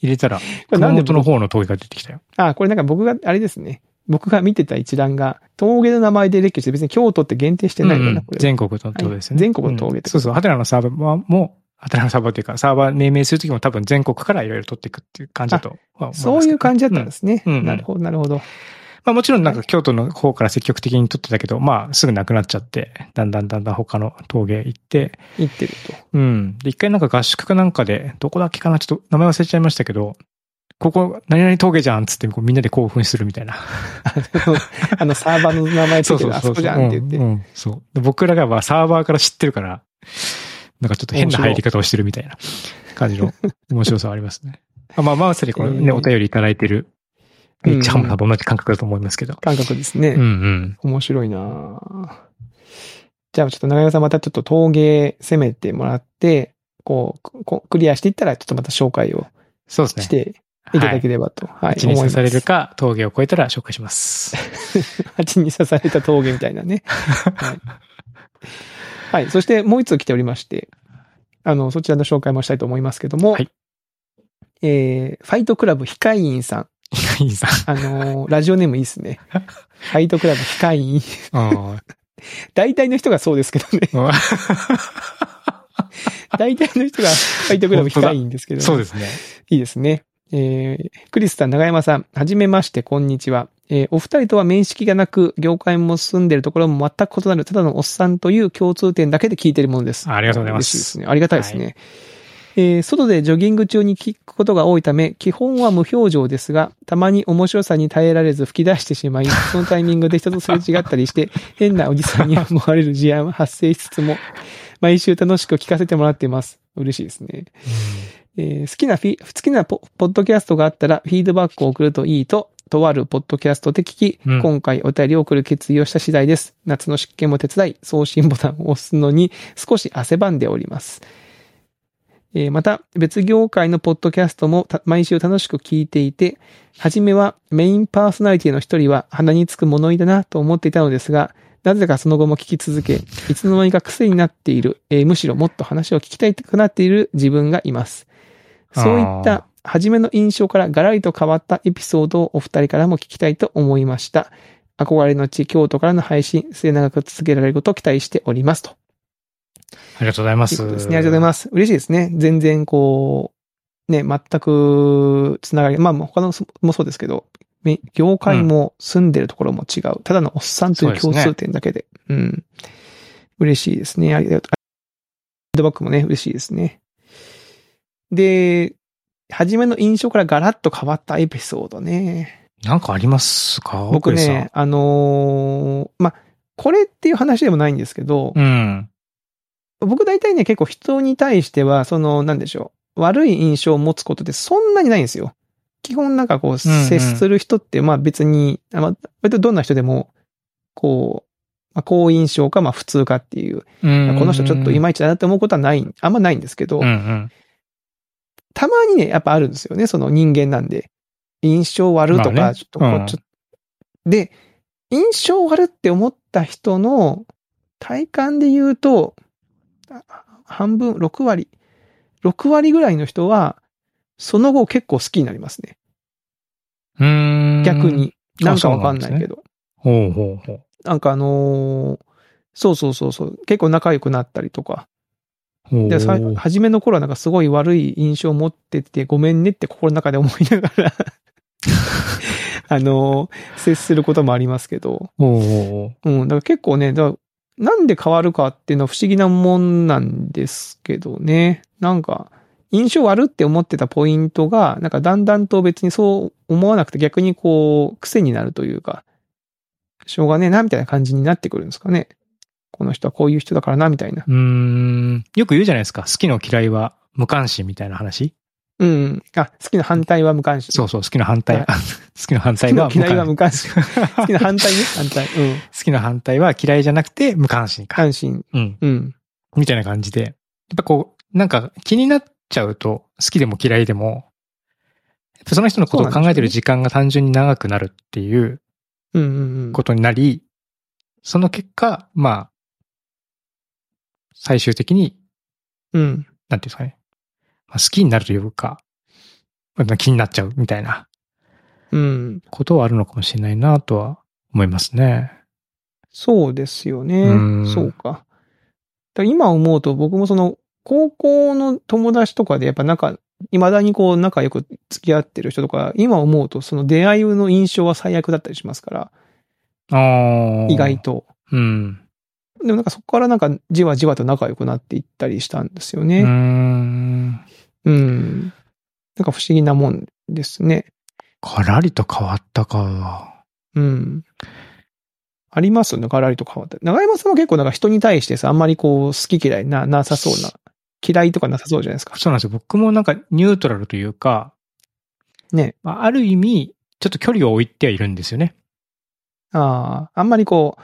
Speaker 1: 入れたら、
Speaker 2: ん。これな
Speaker 1: 熊
Speaker 2: んで
Speaker 1: 本
Speaker 2: 僕
Speaker 1: の方の峠が出てきたよ。
Speaker 2: あ、これなんか僕が、あれですね。僕が見てた一覧が、峠の名前で列挙して、別に京都って限定してないのか
Speaker 1: うんう
Speaker 2: な、
Speaker 1: ん
Speaker 2: これ。
Speaker 1: 全国の峠ですね。
Speaker 2: はい全国の峠ってこと
Speaker 1: うんそうそう。ハテナのサーバーも、ハテナのサーバーというか、サーバー命名するときも多分全国からいろいろ取っていくっていう感じだとは思いますけどね、
Speaker 2: そういう感じだったんですね。
Speaker 1: うんうんうん
Speaker 2: なるほど、なるほど。
Speaker 1: まあもちろんなんか京都の方から積極的に取ってたけど、まあすぐなくなっちゃって、だんだんだんだん他の峠行って、
Speaker 2: 言ってると。
Speaker 1: うん。で、一回なんか合宿かなんかで、どこだっけかなちょっと名前忘れちゃいましたけど、ここ、何々峠じゃんっつってこうみんなで興奮するみたいな。
Speaker 2: あの、サーバーの名前ついてる、 あそこじゃんって言って。
Speaker 1: うんうんそう。で僕らがまあサーバーから知ってるから、なんかちょっと変な入り方をしてるみたいな感じの面白さはあります ね。あまあまあ、それこれね、
Speaker 2: えー
Speaker 1: お便りいただいてる、
Speaker 2: うん
Speaker 1: みっちゃんも多分同じ感覚だと思いますけど。
Speaker 2: 感覚ですね。
Speaker 1: うんうん。
Speaker 2: 面白いなぁじゃあちょっと長山さんまたちょっと峠攻めてもらって、こう、こクリアしていったらちょっとまた紹介を
Speaker 1: そうですね
Speaker 2: し。ていただければと。はい。
Speaker 1: 一に刺される
Speaker 2: か。
Speaker 1: か、峠を越えたら紹介します。
Speaker 2: 蜂に刺された峠みたい なね。はい。はい。そしてもう一つ来ておりまして、あの、そちらの紹介もしたいと思いますけども、
Speaker 1: はい
Speaker 2: えー、ファイトクラブヒカインさん。
Speaker 1: いい さん。
Speaker 2: あ のーラジオネームいいっすね。ファイトクラブヒカイン。
Speaker 1: あ
Speaker 2: 大体の人がそうですけどね。
Speaker 1: あ。
Speaker 2: 大体の人がファイトクラブヒカインですけど、
Speaker 1: そうですね。
Speaker 2: いいですね。えー、クリスさん、長山さん、はじめまして、こんにちは。えーお二人とは面識がなく、業界も進んでいるところも全く異なる、ただのおっさんという共通点だけで聞いているものです。
Speaker 1: ありがとうございま
Speaker 2: 嬉しです
Speaker 1: す。
Speaker 2: ね。ありがたいですね。えー外でジョギング中に聞くことが多いため、基本は無表情ですが、たまに面白さに耐えられず吹き出してしまい、そのタイミングで人とすれ違った りして、変なおじさんに思われる事案は発生しつつも、毎週楽しく聞かせてもらっています。嬉しいですね。えー好きなフィ、好きなポポッドキャストがあったらフィードバックを送るといいと、とあるポッドキャストで聞き、
Speaker 1: うん
Speaker 2: 今回お便りを送る決意をした次第です。夏の湿気も手伝い、送信ボタンを押すのに少し汗ばんでおります。えーまた、別業界のポッドキャストもた毎週楽しく聞いていて、はじめはメインパーソナリティの一人は鼻につく物言いだなと思っていたのですが、なぜかその後も聞き続け、いつの間にか癖になっている、えーむしろもっと話を聞きたくなっている自分がいます。そういっ
Speaker 1: あー
Speaker 2: た、初めの印象からガラリと変わったエピソードをお二人からも聞きたいと思いました。憧れの地、京都からの配信、末永く続けられることを期待しております。と。
Speaker 1: ありがとうございま
Speaker 2: という
Speaker 1: す。
Speaker 2: ことですね。ありがとうございます。嬉しいですね。全然こう、ね、全くつながり、まあ他のそもそうですけど、め業界も住んでるところも違う。ただのおっさんという
Speaker 1: そう
Speaker 2: 共
Speaker 1: ですね
Speaker 2: 通点だけで。うん。嬉しいですね。ありがとう。フィードバックもね、嬉しいですね。で、初めの印象からガラッと変わったエピソードね。
Speaker 1: なんかありますか
Speaker 2: 僕
Speaker 1: 奥井さん
Speaker 2: ね、あのーまあ、これっていう話でもないんですけど、
Speaker 1: うん。
Speaker 2: 僕大体ね、結構人に対しては、その、なんでしょう。悪い印象を持つことってそんなにないんですよ。基本なんかこう、接する人って、まあ別に、あまあ、割とどんな人でも、こう、まあ、好印象か、まあ普通かっていう、
Speaker 1: うん
Speaker 2: この人ちょっといまいちだなって思うことはない、あんまないんですけど、
Speaker 1: うんうん。
Speaker 2: たまにね、やっぱあるんですよね、その人間なんで。印象悪と
Speaker 1: まあ
Speaker 2: か、
Speaker 1: ね
Speaker 2: ちょっとこう、
Speaker 1: うん
Speaker 2: ちょっとで、印象悪って思った人の体感で言うと、あ半分、6割、6割ぐらいの人は、その後結構好きになりますね。
Speaker 1: うーん
Speaker 2: 逆。に。
Speaker 1: あ
Speaker 2: なんかわかんないけど。
Speaker 1: ほうほうほう。
Speaker 2: なんかあのーそうそうそうそう、結構仲良くなったりとか。
Speaker 1: ほう
Speaker 2: で、さ初めの頃はなんかすごい悪い印象を持ってて、ごめんねって心の中で思いながら、あの、接することもありますけど、
Speaker 1: ほうほ
Speaker 2: うん、だから結構ね、だからなんで変わるかっていうのは不思議なもんなんですけどね。なんか、印象悪って思ってたポイントが、なんかだんだんと別にそう思わなくて逆にこう、癖になるというか、しょうがねえなみたいな感じになってくるんですかね。この人はこういう人だからなみたいな。
Speaker 1: う。うーん。よく言うじゃないですか。好きの嫌いは無関心みたいな話。
Speaker 2: うん。あ、好きな反対は無関心。
Speaker 1: そうそう、好きの反対。
Speaker 2: はい
Speaker 1: 好きの反
Speaker 2: 好
Speaker 1: 対
Speaker 2: きな
Speaker 1: は
Speaker 2: 嫌いは無関 心。
Speaker 1: 無関心
Speaker 2: 好きな反対ね。反対。う ん。
Speaker 1: 好きの反対は嫌いじゃなくて無関心か。
Speaker 2: 関心。
Speaker 1: うん。
Speaker 2: うん。
Speaker 1: みたいな感じで。やっぱこう、なんか気になっちゃうと、好きでも嫌いでも、やっぱその人のことを
Speaker 2: そうなんですよね
Speaker 1: 考えてる時間が単純に長くなるっていう
Speaker 2: うんうんうん。
Speaker 1: ことになり、その結果、まあ、最終的に、
Speaker 2: うん。
Speaker 1: なんていうんですかね、まあ、好きになるというか、まあ気になっちゃうみたいな
Speaker 2: うん。
Speaker 1: ことはあるのかもしれないなとは思いますね。
Speaker 2: そうですよ
Speaker 1: う
Speaker 2: ね。
Speaker 1: ん
Speaker 2: そうか。だから今思うと僕もその、高校の友達とかでやっぱ仲、未だにこう仲良く付き合ってる人とか、今思うとその出会いの印象は最悪だったりしますから、
Speaker 1: ああ。
Speaker 2: 意外。と。
Speaker 1: うん。
Speaker 2: でもなんかそこからなんかじわじわと仲良くなっていったりしたんですよ
Speaker 1: う
Speaker 2: ね。
Speaker 1: ーん。
Speaker 2: うん。なんか不思議なもんですね。
Speaker 1: ガラリと変わったか。
Speaker 2: うん。ありますよね、ガラリと変わった。長山さんも結構なんか人に対してさ、あんまりこう、好き嫌いな、なさそうな、嫌いとかなさそうじゃないですか。
Speaker 1: そうなんですよ。僕もなんかニュートラルというか、
Speaker 2: ね。
Speaker 1: まあある意味、ちょっと距離を置いてはいるんですよね。
Speaker 2: ああ、あんまりこう、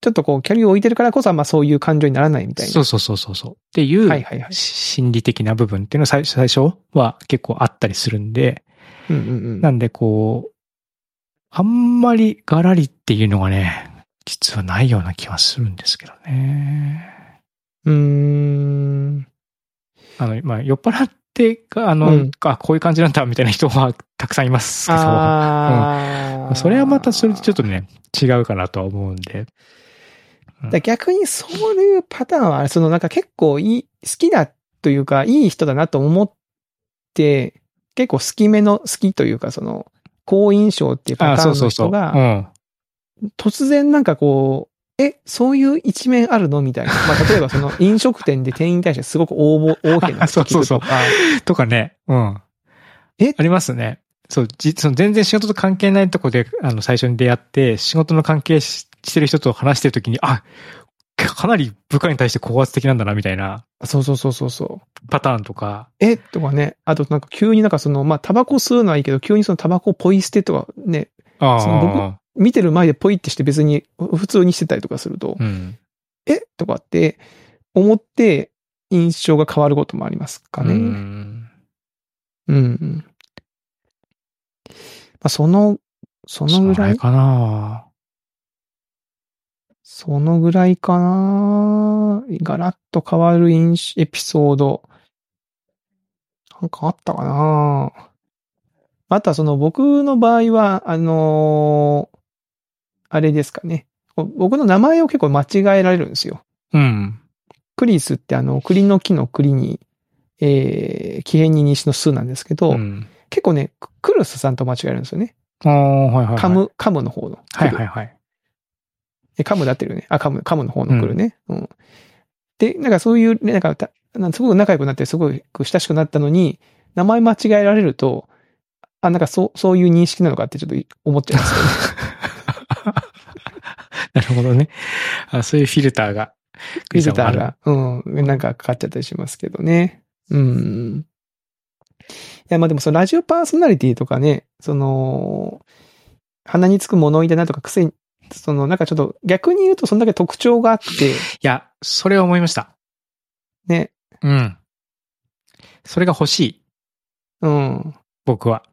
Speaker 2: ちょっとこう、キャリを置いてるからこそ、あんまそういう感情にならないみたいな。
Speaker 1: そうそうそうそうそう。っていう、
Speaker 2: はいはいはい。
Speaker 1: し心理的な部分っていうのは最最初は結構あったりするんで、
Speaker 2: うんうんう。
Speaker 1: なんんでこう、あんまりガラリっていうのがね、実はないような気はするんですけどね。
Speaker 2: うーん。
Speaker 1: あの、まあ、酔っ払ってが、あの、
Speaker 2: うん
Speaker 1: あ、こういう感じなんだみたいな人はたくさんいますけど、
Speaker 2: ああ。
Speaker 1: それはまたそれでちょっ
Speaker 2: と。
Speaker 1: とね、違うかなとは思うんで。
Speaker 2: 逆にそういうパターンは、そのなんか結構いい、好きだというか、いい人だなと思って、結構好きめの好きというか、その、好印象っていう
Speaker 1: あ
Speaker 2: パ
Speaker 1: あ、
Speaker 2: タ
Speaker 1: そう
Speaker 2: ーン
Speaker 1: そ
Speaker 2: の
Speaker 1: うそう。
Speaker 2: 人
Speaker 1: うん。
Speaker 2: が、
Speaker 1: あ
Speaker 2: 突然なんかこう、え、そういう一面あるのみたいな。まあ、例えばその飲食店で店員に対してすごく応募、大きな人聞く
Speaker 1: そう
Speaker 2: とか。
Speaker 1: そ うそうとかね。うん。
Speaker 2: え
Speaker 1: ありますね。そう、じその全然仕事と関係ないとこで、あの、最初に出会って、仕事の関係ししてる人と話してるときに、あ、かなり部下に対して高圧的なんだな、みたいな
Speaker 2: そうそうそうそうそう。
Speaker 1: パターンとか、
Speaker 2: えとかね。あとなんか急になんかその、まあ、タバコ吸うのはいいけど、急にそのタバコをポイ捨てとかね、
Speaker 1: あ
Speaker 2: その
Speaker 1: あ、
Speaker 2: 見てる前でポイってして別に普通にしてたりとかすると、
Speaker 1: うん。
Speaker 2: えとかって思って印象が変わることもありますかね。
Speaker 1: う
Speaker 2: うん、
Speaker 1: ん
Speaker 2: うん。まあ、その、そのぐ
Speaker 1: そ
Speaker 2: ら
Speaker 1: れ
Speaker 2: い
Speaker 1: かな
Speaker 2: そのぐらいかなガラッと変わる印エピソード。なんかあったかなあとはその僕の場合は、あのーあれですかね。こう僕の名前を結構間違えられるんですよ。
Speaker 1: うん。
Speaker 2: クリスってあの、栗の木の栗に、えー、木変に西の巣なんですけど、
Speaker 1: うん。
Speaker 2: 結構ね、ククルスさんと間違えるんですよね。
Speaker 1: ああ、はいはいはい。
Speaker 2: カム、カムの方の。
Speaker 1: はいはいはい。
Speaker 2: え、カムだってるよね。あ、カム、カムの方の来るね。うん。で、なんかそういう、ね、なんかた、なんかすごく仲良くなって、すごく親しくなったのに、名前間違えられると、あ、なんかそう、そういう認識なのかってちょっと思っちゃいますよね。
Speaker 1: なるほどね。あそういうフィルターが、
Speaker 2: クリスター
Speaker 1: が
Speaker 2: が、うん、なんかかかっちゃったりしますけどね。うん。いや、まあでもそのラジオパーソナリティとかね、その、鼻につく物言いだなとか癖に、その、なんかちょっと逆に言うとそんだけ特徴があって、
Speaker 1: いや、それは思いました。
Speaker 2: ね、
Speaker 1: うん。それが欲しい、
Speaker 2: うん。
Speaker 1: 僕は。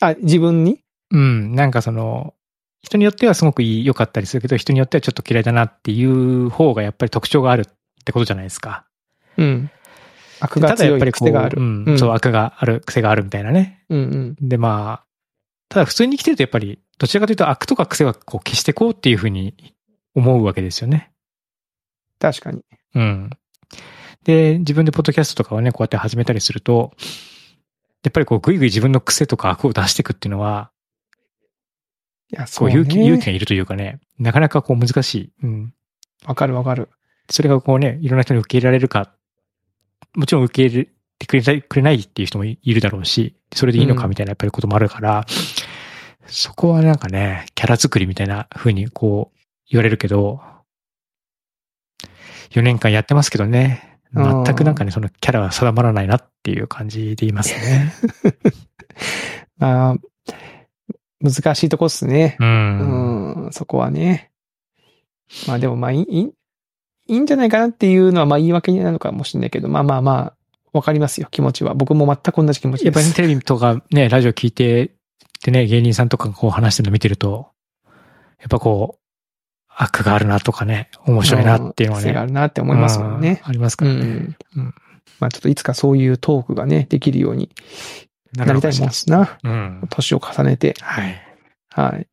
Speaker 2: あ、自分に
Speaker 1: うん。なんかその、人によってはすごくいい良かったりするけど、人によってはちょっと嫌いだなっていう方がやっぱり特徴があるってことじゃないですか。
Speaker 2: うん。
Speaker 1: た
Speaker 2: 悪が
Speaker 1: だや
Speaker 2: 強
Speaker 1: っぱ
Speaker 2: い
Speaker 1: りこ
Speaker 2: 癖がある。
Speaker 1: う、うんそう、悪がある、癖があるみたいなね。
Speaker 2: うんうん。
Speaker 1: で、まあ、ただ普通に生きてるとやっぱり、どちらかというと悪とか癖はこう消していこうっていうふうに思うわけですよね。
Speaker 2: 確かに。
Speaker 1: うん。で、自分でポッドキャストとかをね、こうやって始めたりすると、やっぱりこう、ぐいぐい自分の癖とか悪を出していくっていうのは、
Speaker 2: いや、そ
Speaker 1: こ
Speaker 2: う、
Speaker 1: う
Speaker 2: ね。
Speaker 1: 勇気、勇気がいるというかね、なかなかこう難しい。うん。
Speaker 2: わかるわかる。
Speaker 1: それがこうね、いろんな人に受け入れられるか、もちろん受け入れてくれないくれないっていう人もいるだろうし、それでいいの
Speaker 2: う
Speaker 1: か
Speaker 2: ん
Speaker 1: みたいなやっぱりこともあるから、そこはなんかね、キャラ作りみたいな風にこう言われるけど、4年間やってますけどね、
Speaker 2: うん
Speaker 1: 全くなんかね、そのキャラは定まらないなっていう感じでいますね。
Speaker 2: あー難しいとこっすね。
Speaker 1: う。
Speaker 2: うんん、そこはね。まあでもまあいい、いいいいんじゃないかなっていうのはまあ言い訳になるのかもしれないけど、まあまあまあ、わかりますよ、気持ちは。僕も全く同じ気持ち
Speaker 1: や
Speaker 2: で
Speaker 1: っぱり
Speaker 2: す。
Speaker 1: テレビとかね、ラジオ聞いててね、芸人さんとかがこう話してるの見てると、やっぱこう、悪があるなとかね、面白いなっていうのは
Speaker 2: うん癖
Speaker 1: ね
Speaker 2: があ。るなって思いますもんね。
Speaker 1: うんあります
Speaker 2: う
Speaker 1: からね。
Speaker 2: ん。
Speaker 1: うん
Speaker 2: まあちょっといつかそういうトークがね、できるようになりたいもんですな。
Speaker 1: うん。
Speaker 2: 年を重ねて。
Speaker 1: はい。
Speaker 2: はい。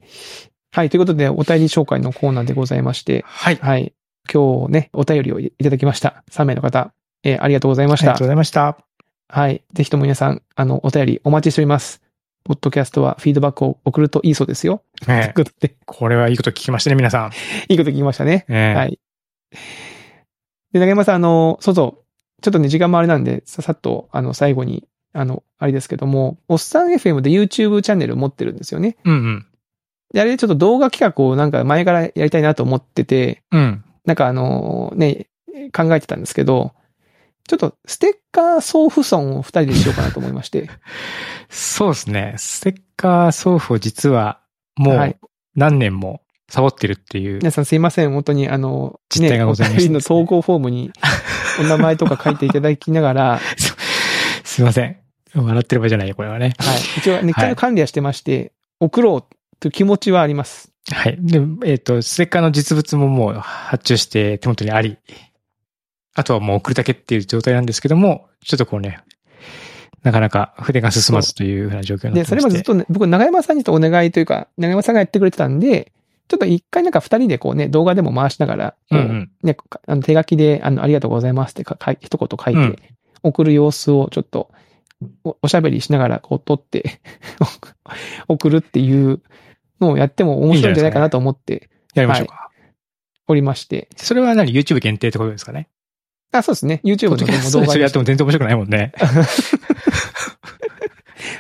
Speaker 2: はい。ということで、お便り紹介のコーナーでございまして、
Speaker 1: はい。あ
Speaker 2: はい。今日ね、お便りをいただきました。3名の方、えーありがとうございまし
Speaker 1: りが
Speaker 2: た
Speaker 1: とう。ございました。
Speaker 2: はい。ぜひとも皆さん、あの、お便りお待ちしております。ポッドキャストはフィードバックを送るといいそうですよ。という
Speaker 1: ね
Speaker 2: ことで、
Speaker 1: これはいいこと聞きましたね、皆さん。
Speaker 2: いいこと聞きましたね。
Speaker 1: ね
Speaker 2: はい。で、中山さん、あの、そうそう、ちょっとね、時間もあれなんで、ささっと、あの、最後に、あの、あれですけども、おっさん FM で YouTube チャンネル持ってるんですよね。
Speaker 1: うん
Speaker 2: で、あれでちょっと動画企画をなんか前からやりたいなと思ってて、
Speaker 1: うん。うん。
Speaker 2: なんかあのね、考えてたんですけど、ちょっとステッカー送付損を二人でしようかなと思いまして。
Speaker 1: そうですね。ステッカー送付を実は、も
Speaker 2: は
Speaker 1: う
Speaker 2: い
Speaker 1: 何年もサボってるっていう。
Speaker 2: 皆さんすいません、本当にあの、
Speaker 1: 実態
Speaker 2: ね、
Speaker 1: がご
Speaker 2: お
Speaker 1: ざいま
Speaker 2: 便
Speaker 1: した
Speaker 2: りの投稿フォー ムにお名前とか書いていただきながら、はい。
Speaker 1: すいません。笑ってる場合じゃないよ、これはね。
Speaker 2: 一応、ね、一回の管理はしてまして、送ろうという気持ちはあります。
Speaker 1: はい。で、えっ、と、ステッカーの実物ももう発注して手元にあり、あとはもう送るだけっていう状態なんですけども、ちょっとこうね、なかなか筆が進まずというふうな状況にな
Speaker 2: で、
Speaker 1: ってま
Speaker 2: それ
Speaker 1: し
Speaker 2: ま
Speaker 1: て
Speaker 2: でずっとね、僕、長山さんにちょっとお願いというか、長山さんがやってくれてたんで、ちょっと一回なんか二人でこうね、動画でも回しながら、こう
Speaker 1: うんうん
Speaker 2: ね、かあの手書きで、あの、ありがとうございますってかかい一言書いて、
Speaker 1: うん
Speaker 2: 送る様子をちょっとお、おしゃべりしながらこう撮って、 送るっていうのをやっても面白いんじゃないかなと思って
Speaker 1: やりましょうか。
Speaker 2: おりまして。
Speaker 1: それは何 ?YouTube 限定ってことですかね
Speaker 2: あ、そうですね。YouTube の
Speaker 1: ポッドキャ
Speaker 2: でも
Speaker 1: ス
Speaker 2: 動
Speaker 1: トで
Speaker 2: 画
Speaker 1: それ
Speaker 2: で
Speaker 1: やっても全然面白くないもんね。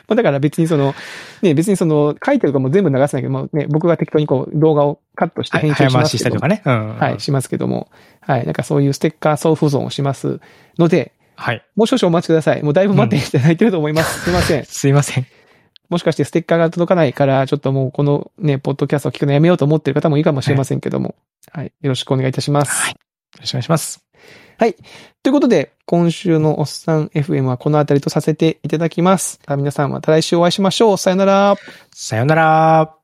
Speaker 2: もうだから別にその、ね、別にその、書いてるかも全部流さないけど、もうね、僕が適当にこう、動画をカットして
Speaker 1: は
Speaker 2: 編
Speaker 1: い
Speaker 2: 集
Speaker 1: 早
Speaker 2: しま
Speaker 1: 回
Speaker 2: す
Speaker 1: しし
Speaker 2: け
Speaker 1: たり
Speaker 2: ど
Speaker 1: とかね。うん。
Speaker 2: はい、しますけども。はい、なんかそういうステッカー総付存をしますので、
Speaker 1: はい。
Speaker 2: もう少々お待ちください。もうだいぶ待っていただいてると思 います。すいません。
Speaker 1: すいません。
Speaker 2: もしかしてステッカーが届かないから、ちょっともうこのね、ポッドキャストを聞くのやめようと思ってる方もいいかもしれませんけども。はい、よろしくお願いいたします。
Speaker 1: はい。よろしくお願いします。
Speaker 2: ということで、今週のおっさん FM はこのあたりとさせていただきます。皆さんまた来週お会いしましょう。さよなら。
Speaker 1: さよなら。